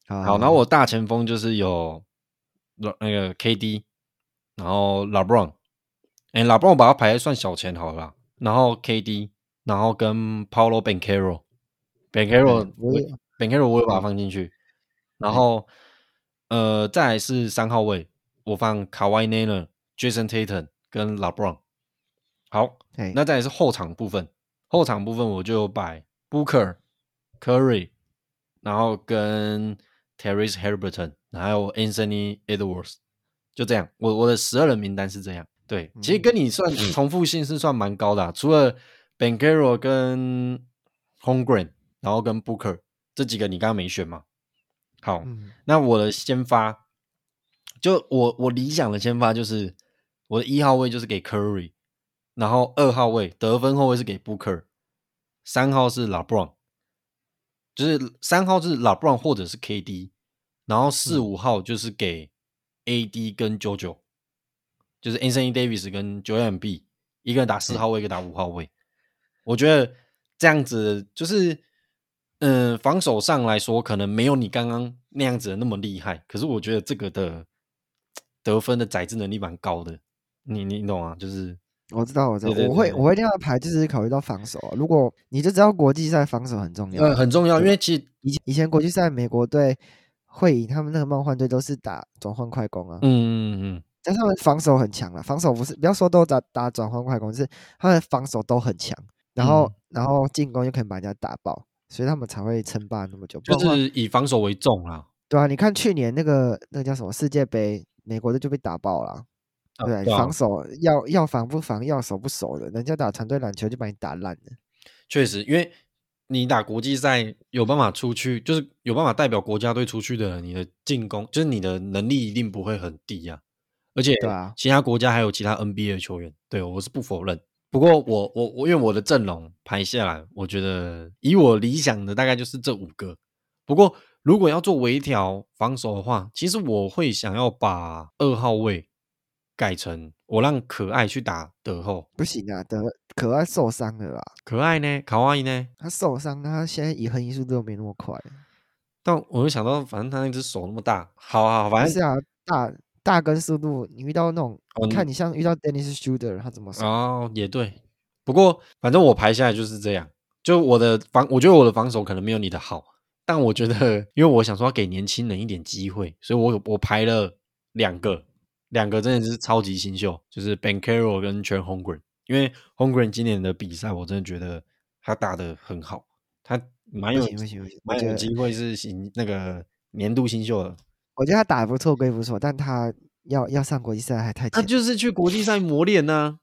B: 好
A: 好，然后我大前锋就是有老那个 KD，然后 LeBron，哎，LeBron 我把他排在算小前好了啦，然后 KD，然后跟 Paulo Banquero，Banquero
B: 我也
A: Banquero 我也把它放进去，然后呃，再来是三号位，我放 Kawhi Leonard、Jason Tatum 跟 LeBron。好，
B: 哎，
A: 那再来是后场部分，后场部分我就摆 Booker、Curry，然后跟 Terry Halliburton，还有 Anthony Edwards，就这样。我我的十二人名单是这样。对，其实跟你算重复性是算蛮高的啊、除了 Bankero 跟 Holmgren，然后跟 Booker 这几个你刚刚没选嘛？好，
B: 嗯
A: 那我的先发，就我我理想的先发就是我的一号位就是给 Curry，然后二号位得分后卫是给 Booker，三号是 LeBron，就是三号是 LeBron 或者是 KD，然后四
B: 嗯
A: 五号就是给 AD 跟 JoJo，就是 Anthony Davis 跟 j o e m B，一个人打四
B: 嗯
A: 号位，一个打五号位。我觉得这样子就是，嗯、防守上来说可能没有你刚刚那样子的那么厉害，可是我觉得这个的得分的宰制能力蛮高的。你你懂啊？就是
B: 我知道，我知道，
A: 对对
B: 我会
A: 对
B: 我会这样排，就是考虑到防守啊。如果你就知道国际赛防守很重要，
A: 呃很重要，因为其实
B: 以前以前国际赛美国队会赢，他们那个梦幻队都是打转换快攻啊。
A: 嗯嗯嗯
B: 但他们防守很强啊了，防守不是不要说都打打转换快攻，是他们防守都很强，然后、
A: 嗯
B: 然后进攻就可以把人家打爆，所以他们才会称霸那么久。不
A: 就
B: 然的话
A: 是以防守为重啦。
B: 对啊，你看去年那个那个叫什么世界杯，美国队就被打爆了。
A: 啊
B: 对，
A: 对啊
B: 防守要要防不防，要守不守的，人家打团队篮球就把你打烂了。
A: 确实，因为你打国际赛有办法出去，就是有办法代表国家队出去的人，你的进攻就是你的能力一定不会很低啊。而且
B: 对啊，
A: 其他国家还有其他 NBA 的球员，对我是不否认。不过我我我因为我的阵容排下来，我觉得以我理想的大概就是这五个。不过如果要做微调防守的话，其实我会想要把二号位改成我让可爱去打德后，
B: 不行啊，德可爱受伤了啦，
A: 可爱呢，卡哇伊呢，
B: 他受伤，他现在移横移速度又没那么快。
A: 但我就想到，反正他那只手那么大，好啊，好
B: 不
A: 反
B: 是
A: 正
B: 啊，大大跟速度，你遇到那种，
A: 哦
B: 你看你像遇到 Dennis Schroder，他怎么守？
A: 哦也对。不过反正我排下来就是这样，就我的防，我觉得我的防守可能没有你的好，但我觉得，因为我想说要给年轻人一点机会，所以我有我排了两个，两个真的是超级新秀，就是 Bankero 跟 Chen Hongren，因为 Hongren 今年的比赛我真的觉得他打的很好，他蛮有
B: 不行不行不行我
A: 蛮
B: 觉
A: 有
B: 得
A: 机会是新那个年度新秀的。
B: 我觉得他打得不错归不错，但他要要上国际赛还太
A: 他
B: 浅。
A: 就是去国际赛磨练呢、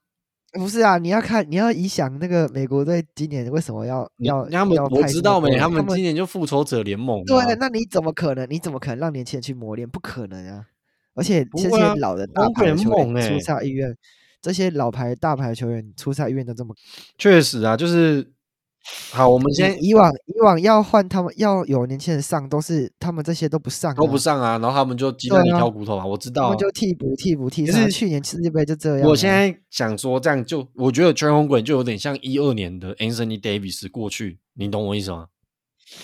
B: 不是啊，你要看，你要以想那个美国队今年为什么要
A: 你
B: 要
A: 他们
B: 要
A: 我
B: 派
A: 知
B: 这么
A: 道没？
B: 多人
A: 他
B: 他
A: 们今年就复仇者联盟嘛，
B: 对，那你怎么可能？你怎么可能让年轻人去磨练？不可能啊！而且
A: 不
B: 这
A: 会啊
B: 些老的大
A: 欧
B: 牌的
A: 冠
B: 球
A: 梦
B: 员
A: 欸
B: 出赛意愿，这些老牌大牌的球员出赛意愿都这么
A: 确实啊，就是好，我们
B: 以
A: 先
B: 以往以往要换他们要有年轻人上，都是他们这些都不上、啊，
A: 都不，上啊，然后他们就鸡蛋里
B: 对啊
A: 挑骨头嘛，我知道
B: 他
A: 啊、
B: 们就替补替补替
A: 可
B: 上啊。
A: 是
B: 去年世界杯就这样啊、
A: 我现在想说，这样就我觉得全红滚就有点像一二年的 Anthony Davis 过去，你懂我意思吗？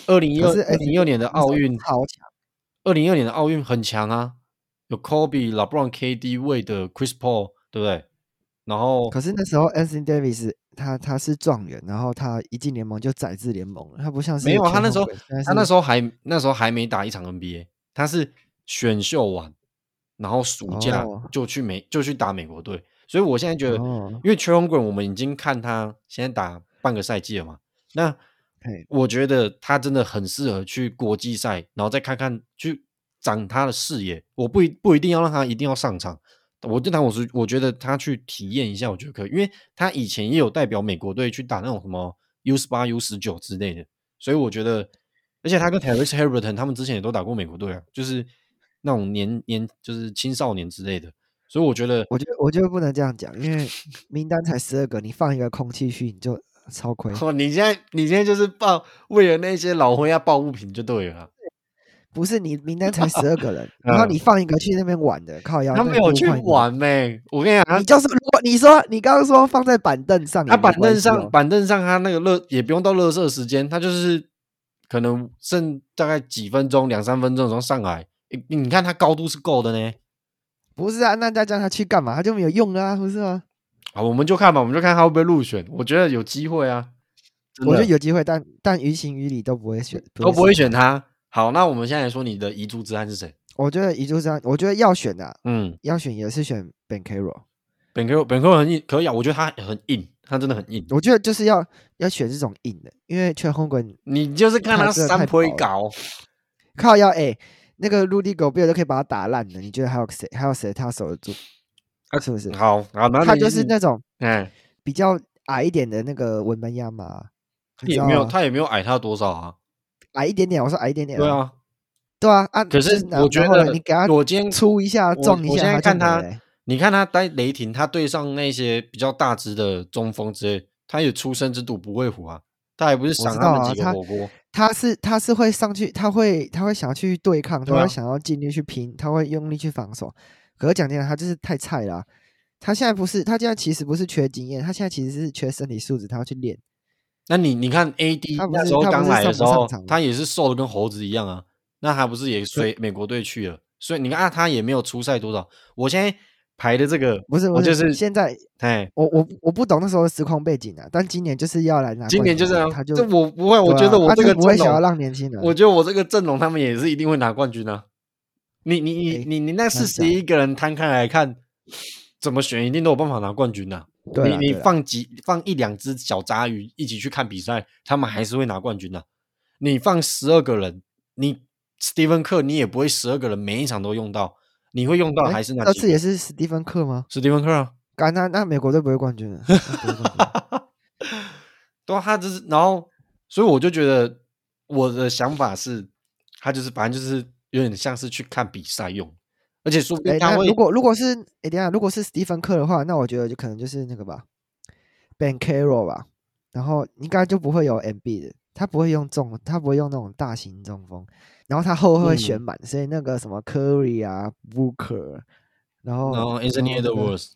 A: 二零一二
B: 可是
A: 二零一二
B: Anthony
A: 年的
B: 那时
A: 奥
B: 候
A: 运，
B: 超强，
A: 二零一二年的奥运很强啊，有 Kobe、LeBron、KD、Wade、Chris Paul，对不对？然后
B: 可是那时候 Anthony Davis 他他是状元，然后他一进联盟就载至联盟了，他不像是
A: 没有啊他那时候他那
B: 候
A: 时候还那时候还没打一场 NBA，他是选秀完，然后暑假
B: 哦
A: 就去美、就去打美国队，所以我现在觉得，
B: 哦
A: 因为 c h e 我们已经看他现在打半个赛季了嘛，那
B: 嘿
A: 我觉得他真的很适合去国际赛，然后再看看去长他的视野。我不一不一定要让他一定要上场，我就当我是我觉得他去体验一下，我觉得可以，因为他以前也有代表美国队去打那种什么 U 十八、U 十九之类的，所以我觉得，而且他跟 Terrence Halliburton 他们之前也都打过美国队啊，就是那种年年就是青少年之类的，所以我觉得
B: 我觉得我觉得不能这样讲，因为名单才十二个，你放一个空气区你就超亏。
A: 哦，你现在你现在就是报为了那些老灰要抱不平就对了啊、
B: 不是你名单才十二个
A: [LAUGHS]
B: 人，然后你放一个去那边玩的，靠腰。
A: 嗯他
B: 那
A: 没
B: 你不
A: 有
B: 如
A: 去
B: 换一啊个。
A: 玩呗、我跟你讲，他
B: 你就是如果你说你刚刚说放在板凳上也
A: 他
B: 没关
A: 啊板
B: 系哦，
A: 凳上板凳上他那个热也不用到热射时间，他就是可能剩大概几分钟两三分钟的时候上来，诶你看他高度是够的呢。
B: 不是啊？那再叫他去干嘛？他就没有用啊，不是吗？
A: 啊，我们就看吧，我们就看他会不会入选。我觉得有机会啊，真的
B: 我觉得有机会，但但于情于理都不会选，
A: 都不
B: 会
A: 会
B: 选。
A: 选他。好，那我们现在来说你的遗珠之憾是谁？
B: 我觉得遗珠山，我觉得要选的、啊，
A: 嗯，
B: 要选也是选 Ben Caro。
A: 本科本科很硬，可以啊，我觉得他很硬，他真的很硬。
B: 我觉得就是要要选这种硬的，因为全红滚
A: 你就是看
B: 他
A: 他
B: 真的
A: 三
B: 太
A: 推
B: 薄了
A: 高，
B: 靠腰哎、那个陆地狗贝尔都可以把他打烂了，你觉得还有谁还有谁他守得住？
A: 啊
B: 是不是？
A: 好，好，那
B: 他
A: 你
B: 就是那种
A: 哎，
B: 比较矮一点的那个文班亚马，你知
A: 也
B: 道
A: 没有
B: 吗
A: 他也没有矮他多少啊，
B: 矮一点点，我说矮一点点、
A: 对，啊，
B: 对啊啊！
A: 可
B: 就是拿
A: 我觉
B: 然后呢
A: 得，
B: 你给他
A: 我今天
B: 出一下
A: 我
B: 撞一
A: 我现
B: 下，
A: 在
B: 他
A: 看
B: 就没
A: 他
B: 了欸
A: 你看他带雷霆，他对上那些比较大只的中锋之类，他也出生之犊不畏虎啊，他也不是
B: 我
A: 赏
B: 知
A: 他
B: 道
A: 们
B: 啊，
A: 几个
B: 他
A: 火锅，
B: 他是他是会上去，他会他会想要去对抗，
A: 对
B: 他
A: 啊
B: 会想要尽力去拼，他会用力去防守。可是讲真的，他就是太菜了啊、他现在不是，他现在其实不是缺经验，他现在其实是缺身体素质，他要去练。
A: 那你你看 AD
B: 他不
A: 那
B: 是
A: 时候
B: 他不
A: 刚
B: 是
A: 来的
B: 上
A: 时
B: 不上
A: 候
B: 场的，
A: 他也是瘦的跟猴子一样啊，那还不是也随美国队去了？所以你看、啊、他也没有出赛多少。我现在排的这个
B: 不是，
A: 我
B: 不
A: 哦就是是
B: 现在
A: 哎，
B: 我我我不懂那时候的时空背景啊，但今年就是要来拿冠军
A: 今
B: 啊。
A: 年就这样，
B: 他就
A: 这我不会，我
B: 对
A: 觉得
B: 啊
A: 我
B: 他
A: 这
B: 就
A: 个
B: 不会
A: 阵
B: 想要
A: 容
B: 让年轻人。
A: 我觉得我这个阵容，他们也是一定会拿冠军啊！你你你
B: 哎
A: 你你那
B: 这
A: 四
B: 样
A: 十一个人摊开来看，怎么选一定都有办法拿冠军呐、
B: 对
A: 你
B: 啦
A: 你
B: 对啦啊
A: 放几放一两只小杂鱼一起去看比赛，他们还是会拿冠军呐、啊你放十二个人，你 Steven 克你也不会十二个人每一场都用到，你会用到
B: 哎
A: 还是那
B: 那
A: 几
B: 次也是史蒂芬克吗？
A: 史蒂芬克啊？
B: 干那那美国队不会冠
A: [LAUGHS]
B: 军了，那不会冠军了
A: 对啊，他只是然后，所以我就觉得我的想法是，他就是反正就是有点像是去看比赛用，而且说不定
B: 哎，
A: 他
B: 那
A: 会
B: 如果如果是哎，等一下，如果是史蒂芬克的话，那我觉得就可能就是那个吧，Ben Carroll 吧，然后应该就不会有 MB 的，他不会用中，他不会用那种大型中锋，然后他后卫会选
A: 嗯
B: 满，所以那个什么 Curry 啊，Booker，然后
A: 然后
B: 然
A: Anthony
B: 后那个
A: Edwards，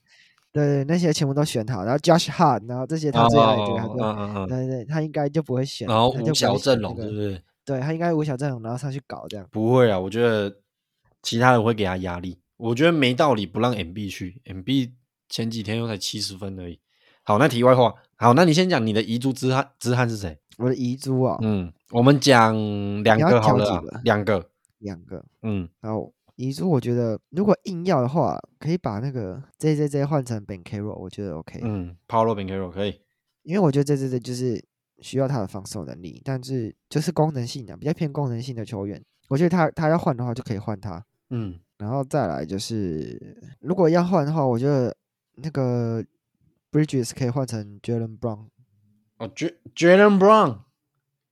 B: 对那些全部都选好，然后 Josh Hart，然后这些他最爱的这个他
A: 嗯
B: 就，
A: 嗯嗯，
B: 对对，他应该就不会选，
A: 然后五
B: 他就不会
A: 小
B: 选
A: 阵
B: 那
A: 容是
B: 个
A: 不，是？
B: 对他应该五小阵容，然后上去搞这样。
A: 不会啊，我觉得其他人会给他压力，我觉得没道理不让 MB 去，MB 前几天又才七十分而已。好，那题外话，好，那你先讲你的遗珠之憾之憾是谁？
B: 我的遗珠啊、
A: 嗯，我们讲两
B: 你要
A: 个好
B: 挑
A: 了
B: 几
A: 啊
B: 个，
A: 两个，
B: 两个，
A: 嗯，
B: 然后遗珠，我觉得如果硬要的话，可以把那个 J J J 换成 Ben Caro，我觉得 OK，、
A: 嗯，Paolo b e n c r o 可以，
B: 因为我觉得 J J J 就是需要他的防守能力，但是就是功能性的、啊比较偏功能性的球员，我觉得他他要换的话就可以换他，
A: 嗯，
B: 然后再来就是如果要换的话，我觉得那个 Bridges 可以换成 Jalen Brown，
A: 哦，J Jalen Brown，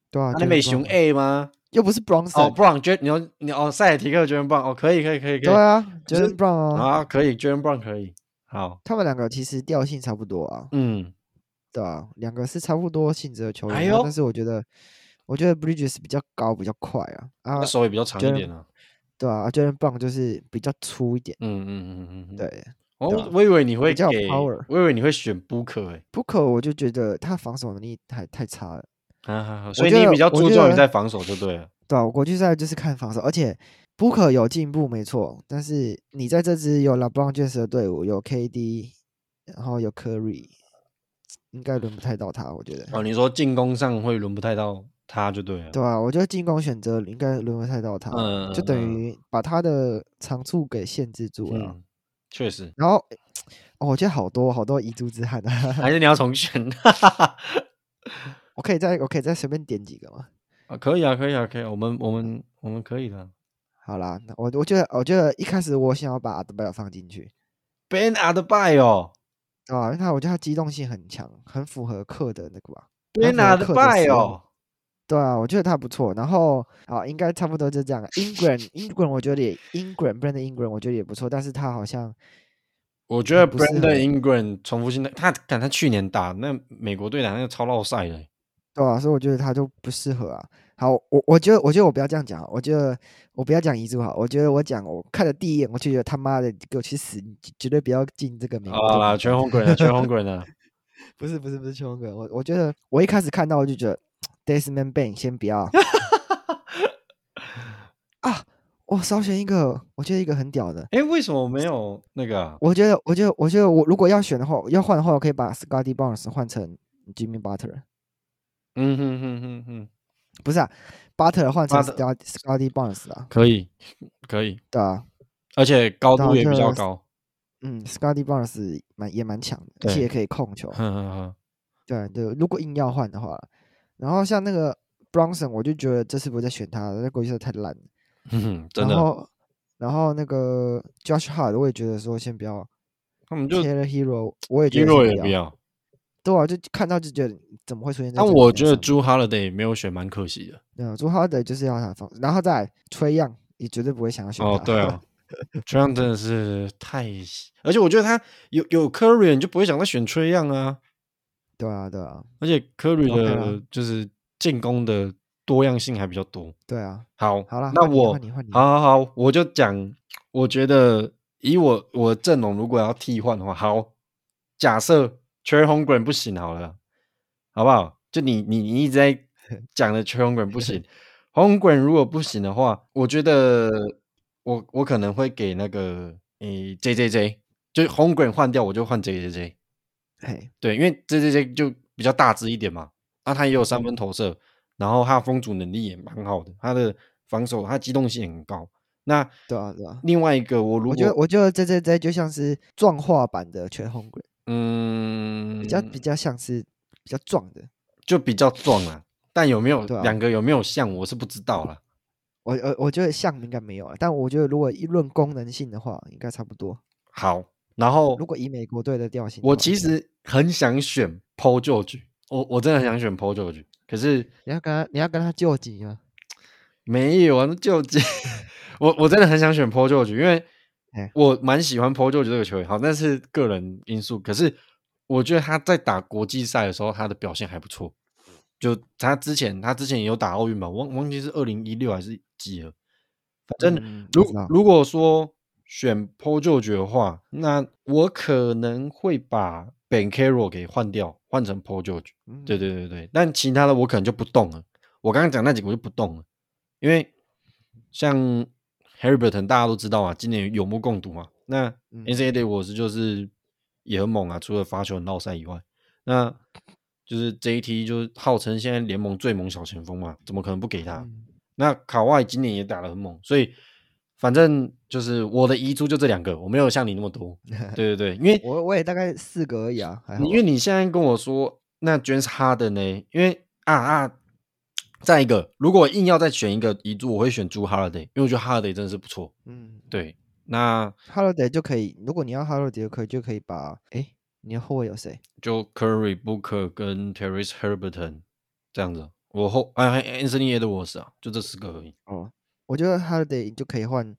B: 对啊
A: 他那美
B: Jalen
A: 熊
B: Brown 啊
A: A 吗？
B: 又不是 Bronson，、
A: 哎哦，布朗觉你要你哦，塞尔提克捐布朗哦，可以可以可以可
B: 对
A: 以
B: 啊
A: 就是
B: ，Jordan Brown 啊，
A: 啊，可以捐布朗可以，好，
B: 他们两个其实调性差不多啊，
A: 嗯，
B: 对啊，两个是差不多性质的球员，
A: 哎
B: 然后
A: 呦
B: 但是我觉得，我觉得 Bridges 比较高，比较快啊，啊
A: 那，手也比较长一
B: 捐
A: 点啊，
B: 对啊，Jordan Brown 就是比较粗一点，
A: 嗯嗯嗯嗯嗯，。
B: 对
A: 哦
B: 对啊，
A: 我以为你会给
B: 较有 power，
A: 我以为你会选 Booker 哎、
B: ，Booker 我就觉得他防守能力太太差了，
A: 啊好好，所以
B: 觉
A: 你
B: 得
A: 比较
B: 我
A: 注
B: 觉
A: 重
B: 得
A: 于在防守就对了。
B: 对啊，我国际赛就是看防守，而且 Booker 有进步没错，但是你在这支有 LeBron James 的队伍，有 KD，然后有 Curry，应该轮不太到他，我觉得。
A: 哦，你说进攻上会轮不太到他就对了。
B: 对啊，我觉得进攻选择应该轮不太到他，
A: 嗯，
B: 就等
A: 嗯
B: 于把他的长处给限制住了啊。
A: 嗯，确实，
B: 然后、哦，我觉得好多好多遗珠之憾啊！ [LAUGHS]
A: 还是你要重选？
B: 我可以再我可以再随便点几个吗？
A: 啊，可以啊，可以啊，可以啊，我们我们我们可以的。
B: 好啦，那我我觉得我觉得一开始我想要把阿德拜尔放进去，
A: Ben a d b y 哦
B: 啊，因为他我觉得他机动性很强，很符合克的那个吧。他
A: ，Ben a d
B: 符合克的
A: b y
B: 使用
A: 哦，
B: 对啊，我觉得他不错。然后啊，应该差不多就这样。Ingram，Ingram 我觉得也 Ingram，Brand Ingram 我觉得也不错，但是他好像
A: 我觉得
B: 不适合
A: Brandon Ingram 重复性的，他看他去年打那美国队打那个超绕赛的欸，
B: 对啊，所以我觉得他就不适合啊。好，我我觉得我觉得我不要这样讲啊，我觉得我不要讲遗珠好，我觉得我讲我看了第一眼我就觉得他妈的给我去死，你绝绝对不要进这个名。
A: 好啦，全红滚啊，全红 [LAUGHS] 滚啊，
B: 不是不是不是邱文哥，我我觉得我一开始看到我就觉得 Desmond Bain 先不要
A: [LAUGHS]
B: 啊，我少选一个，我觉得一个很屌的，
A: 哎，为什么没有那个啊？
B: 我觉得我觉得我觉得我如果要选的话，要换的话，我可以把 Scotty Barnes 换成 Jimmy Butler，
A: 嗯哼哼哼哼，
B: 不是啊，Butler 换成
A: Butler
B: Scotty Scotty Barnes 啊，
A: 可以可以，
B: 对啊，
A: 而且高
B: 对啊
A: 度也比
B: 这
A: 较
B: 个
A: 高。
B: 嗯，Scotty Barnes 蛮也蛮强的，而且
A: 对
B: 也可以控球，
A: 哼哼哼，
B: 对对，如果硬要换的话，然后像那个 Bronson，我就觉得这次不再选他了，在国际赛太烂了。
A: 哼哼，真
B: 然
A: 的，
B: 后，然后那个 Josh Hart，我也觉得说先不要
A: 他们就
B: Taylor Hero，我也觉得
A: Hero
B: 先
A: 也不要。
B: 对啊，就看到就觉得怎么会出现在
A: 但
B: 这个名单上面？
A: 我觉得 Drew Holiday 没有选，蛮可惜的。
B: 对啊，朱哈德就是要他放，然后再吹样，也绝对不会想要选他。
A: 哦，对啊 t r a n 真的是太喜，而且我觉得他有有 Curry，你就不会想再选 t r 啊。
B: [LAUGHS] 对啊，对啊，
A: 而且 Curry
B: OK
A: 的
B: 啦
A: 就是进攻的多样性还比较多。
B: 对啊。
A: 好，
B: 好啦，
A: 那
B: 换你
A: 我
B: 换你换你，
A: 好好好，我就讲，我觉得以我我的阵容如果要替换的话，好，假设 t r e h o n g r e n 不行好了，好不好？就你你你一直
B: [LAUGHS]
A: 在讲的 t r e h o n g r e n 不行 h o n g r e n 如果不行的话，我觉得我我可能会给那个诶 J J J，就是 h o n g r e n 换掉，我就换 J J J，
B: 嘿，
A: 对，因为 J J J 就比较大只一点嘛，那、他也有
B: 嗯
A: 三分投射，然后他的封阻能力也蛮好的，他的防守他机动性也很高。那
B: 对啊，对啊。
A: 另外一个我如
B: 我觉得，
A: 果
B: 我觉得这这这就像是壮化版的全红鬼，
A: 嗯
B: 比较比较像是比较壮的。
A: 就比较壮啦，但有没有
B: 对啊
A: 两、个有没有像我是不知道啦。
B: 我呃，我觉得像应该没有啊，但我觉得如果一论功能性的话，应该差不多。
A: 好，然后
B: 如果以美国队的调性的话，
A: 哦我其实很想选 PO 旧局，我我真的很想选 PO 旧局，可是
B: 你要跟他你要跟他救急吗？
A: 没有啊，那旧局， [LAUGHS] 我我真的很想选 PO 旧局，因为
B: 哎
A: 我蛮喜欢 PO 旧局这个球员，好，但是个人因素，可是我觉得他在打国际赛的时候，他的表现还不错。就他之前，他之前也有打奥运嘛，我忘忘记是二零一六还是几了，反正
B: 嗯
A: 如
B: 我知道
A: 如果说选 PO 旧局的话，那我可能会把 Ben Caro 给换掉，换成 PO 旧局。
B: 嗯
A: 对对对对，但其他的我可能就不动了。我刚刚讲那几个我就不动了，因为像 Harry Burton 大家都知道啊，今年有目共睹嘛。那
B: 嗯
A: NCAA 的我是就是也很猛啊，除了罚球很绕赛以外，那就是 JT 就是号称现在联盟最猛小前锋嘛，怎么可能不给他？
B: 嗯
A: 那卡哇伊今年也打得很猛，所以反正就是我的遗珠就这两个，我没有像你那么多。对对对，因为
B: 我我也大概四个而已啊，还好
A: 你因为你现在跟我说那 James Harden 呢？因为啊啊，再一个，如果硬要再选一个遗珠，我会选朱 Holiday，因为我觉得 Holiday 真的是不错。
B: 嗯
A: 对，那
B: ，Holiday 就可以，如果你要 Holiday 就可以就可以把诶，你的后卫有谁？
A: 就 Curry、Booker 跟 Terry Herberton 这样子。我后哎还有，Anthony Edwards 啊，就这四个而已。
B: 哦，我觉得 Holiday 就可以换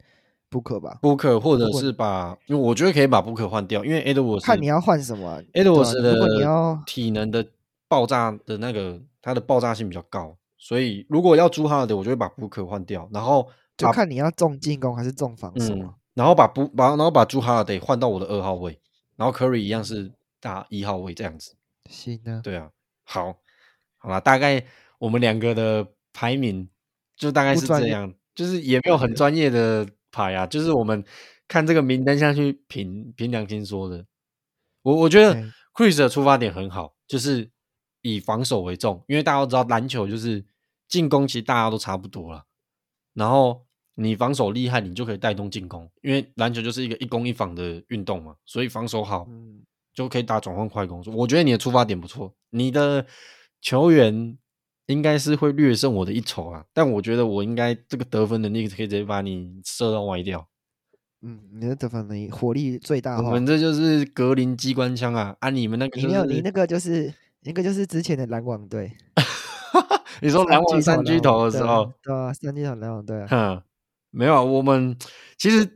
B: Booker 吧，
A: 布克或者
B: 果
A: 是把，因为我觉得可以把布克换掉，因为 Edwards
B: 看你要换什么啊、对啊
A: Edwards
B: 如果你
A: 的
B: 要
A: 体能的爆炸的那个，它的爆炸性比较高，所以如果要租他的，我就会把布克换掉，然后
B: 就看你要重进攻还是重防守、
A: 嗯
B: 啊。，
A: 然后把布把然后把朱哈得换到我的二号位，然后 Curry 一样是打一号位这样子。
B: 行啊，
A: 对啊，好，好啦，大概我们两个的排名就大概
B: 不
A: 是
B: 专
A: 这
B: 业
A: 样，就是也没有很专业的排啊，就是我们看这个名单下去凭凭良心说的。我我觉得
B: 对
A: Chris 的出发点很好，就是以防守为重，因为大家都知道篮球就是进攻，其实大家都差不多了。然后你防守厉害，你就可以带动进攻，因为篮球就是一个一攻一防的运动嘛，所以防守好，
B: 嗯，
A: 就可以打转换快攻。我觉得你的出发点不错，你的球员应该是会略胜我的一筹啊。但我觉得我应该这个得分能力可以直接把你射到歪掉。
B: 嗯，你的得分能力火力最大
A: 我
B: 化。
A: 们这就是格林机关枪啊！啊，你们那个
B: 啊你
A: 就
B: 没有，你
A: 是
B: 那个就是那个就是之前的篮网队，
A: 你说篮网三
B: 三
A: 巨头的时
B: 对啊
A: 候，
B: 对啊，三巨头篮网队啊，
A: 哼，没有啊，我们其实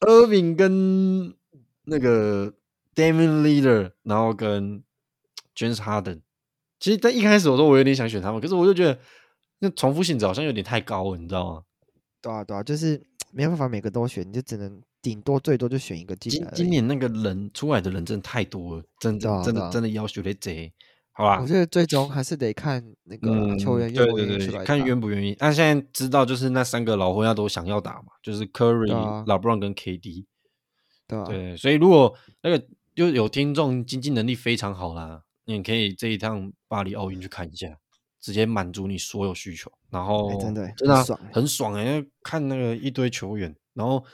A: Irving 跟那个 Damian Leader，然后跟 James Harden，其实在一开始我说我有点想选他们，可是我就觉得那重复性质好像有点太高了，你知道吗？
B: 对啊对啊，就是没有办法每个都选，你就只能顶多最多就选一个进
A: 今
B: 来而
A: 今
B: 已。
A: 年那个人出来的人真的太多了，真
B: 对
A: 的
B: 啊
A: 真
B: 对
A: 的
B: 啊
A: 真的要求得贼，好吧嗯
B: 我？觉得最终还是得看那个啊球员
A: 对
B: 愿不愿
A: 对
B: 意出来
A: 对，
B: 打。
A: 看愿不愿意。那、现在知道就是那三个老灰鸭啊都想要打嘛，就是 Curry、
B: 啊
A: LeBron 跟 KD。
B: 对啊，
A: 对，所以如果那个就有听众经济能力非常好啦，你可以这一趟巴黎奥运去看一下，直接满足你所有需求，然后、
B: 真的欸
A: 真的啊、
B: 很爽欸
A: 很爽哎、看那个一堆球员，然后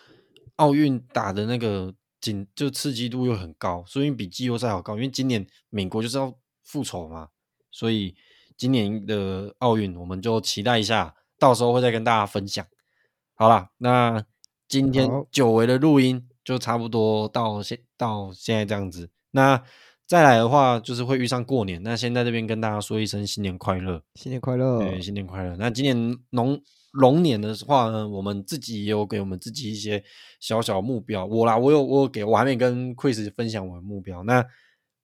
A: 奥运打的那个紧就刺激度又很高，所以比季后赛好高，因为今年美国就是要复仇嘛，所以今年的奥运我们就期待一下，到时候会再跟大家分享。好啦，那今天
B: 好
A: 久违的录音就差不多到现到现在这样子。那再来的话，就是会遇上过年。那先在这边跟大家说一声新年快乐，
B: 新年快乐！
A: 对，新年快乐。那今年龙龙年的话呢，我们自己也有给我们自己一些小小目标。我啦，我有我有给我还没跟 Chris 分享我的目标。那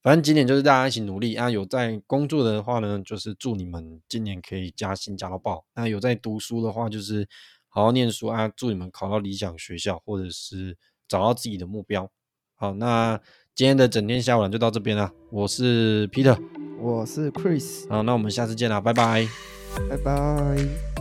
A: 反正今年就是大家一起努力啊。有在工作的话呢，就是祝你们今年可以加薪加到爆。那有在读书的话，就是好好念书啊，祝你们考到理想学校，或者是找到自己的目标。好，那今天的整天下午就到这边啦。我是 Peter，
B: 我是 Chris，
A: 好，那我们下次见啦，拜拜。
B: 拜拜。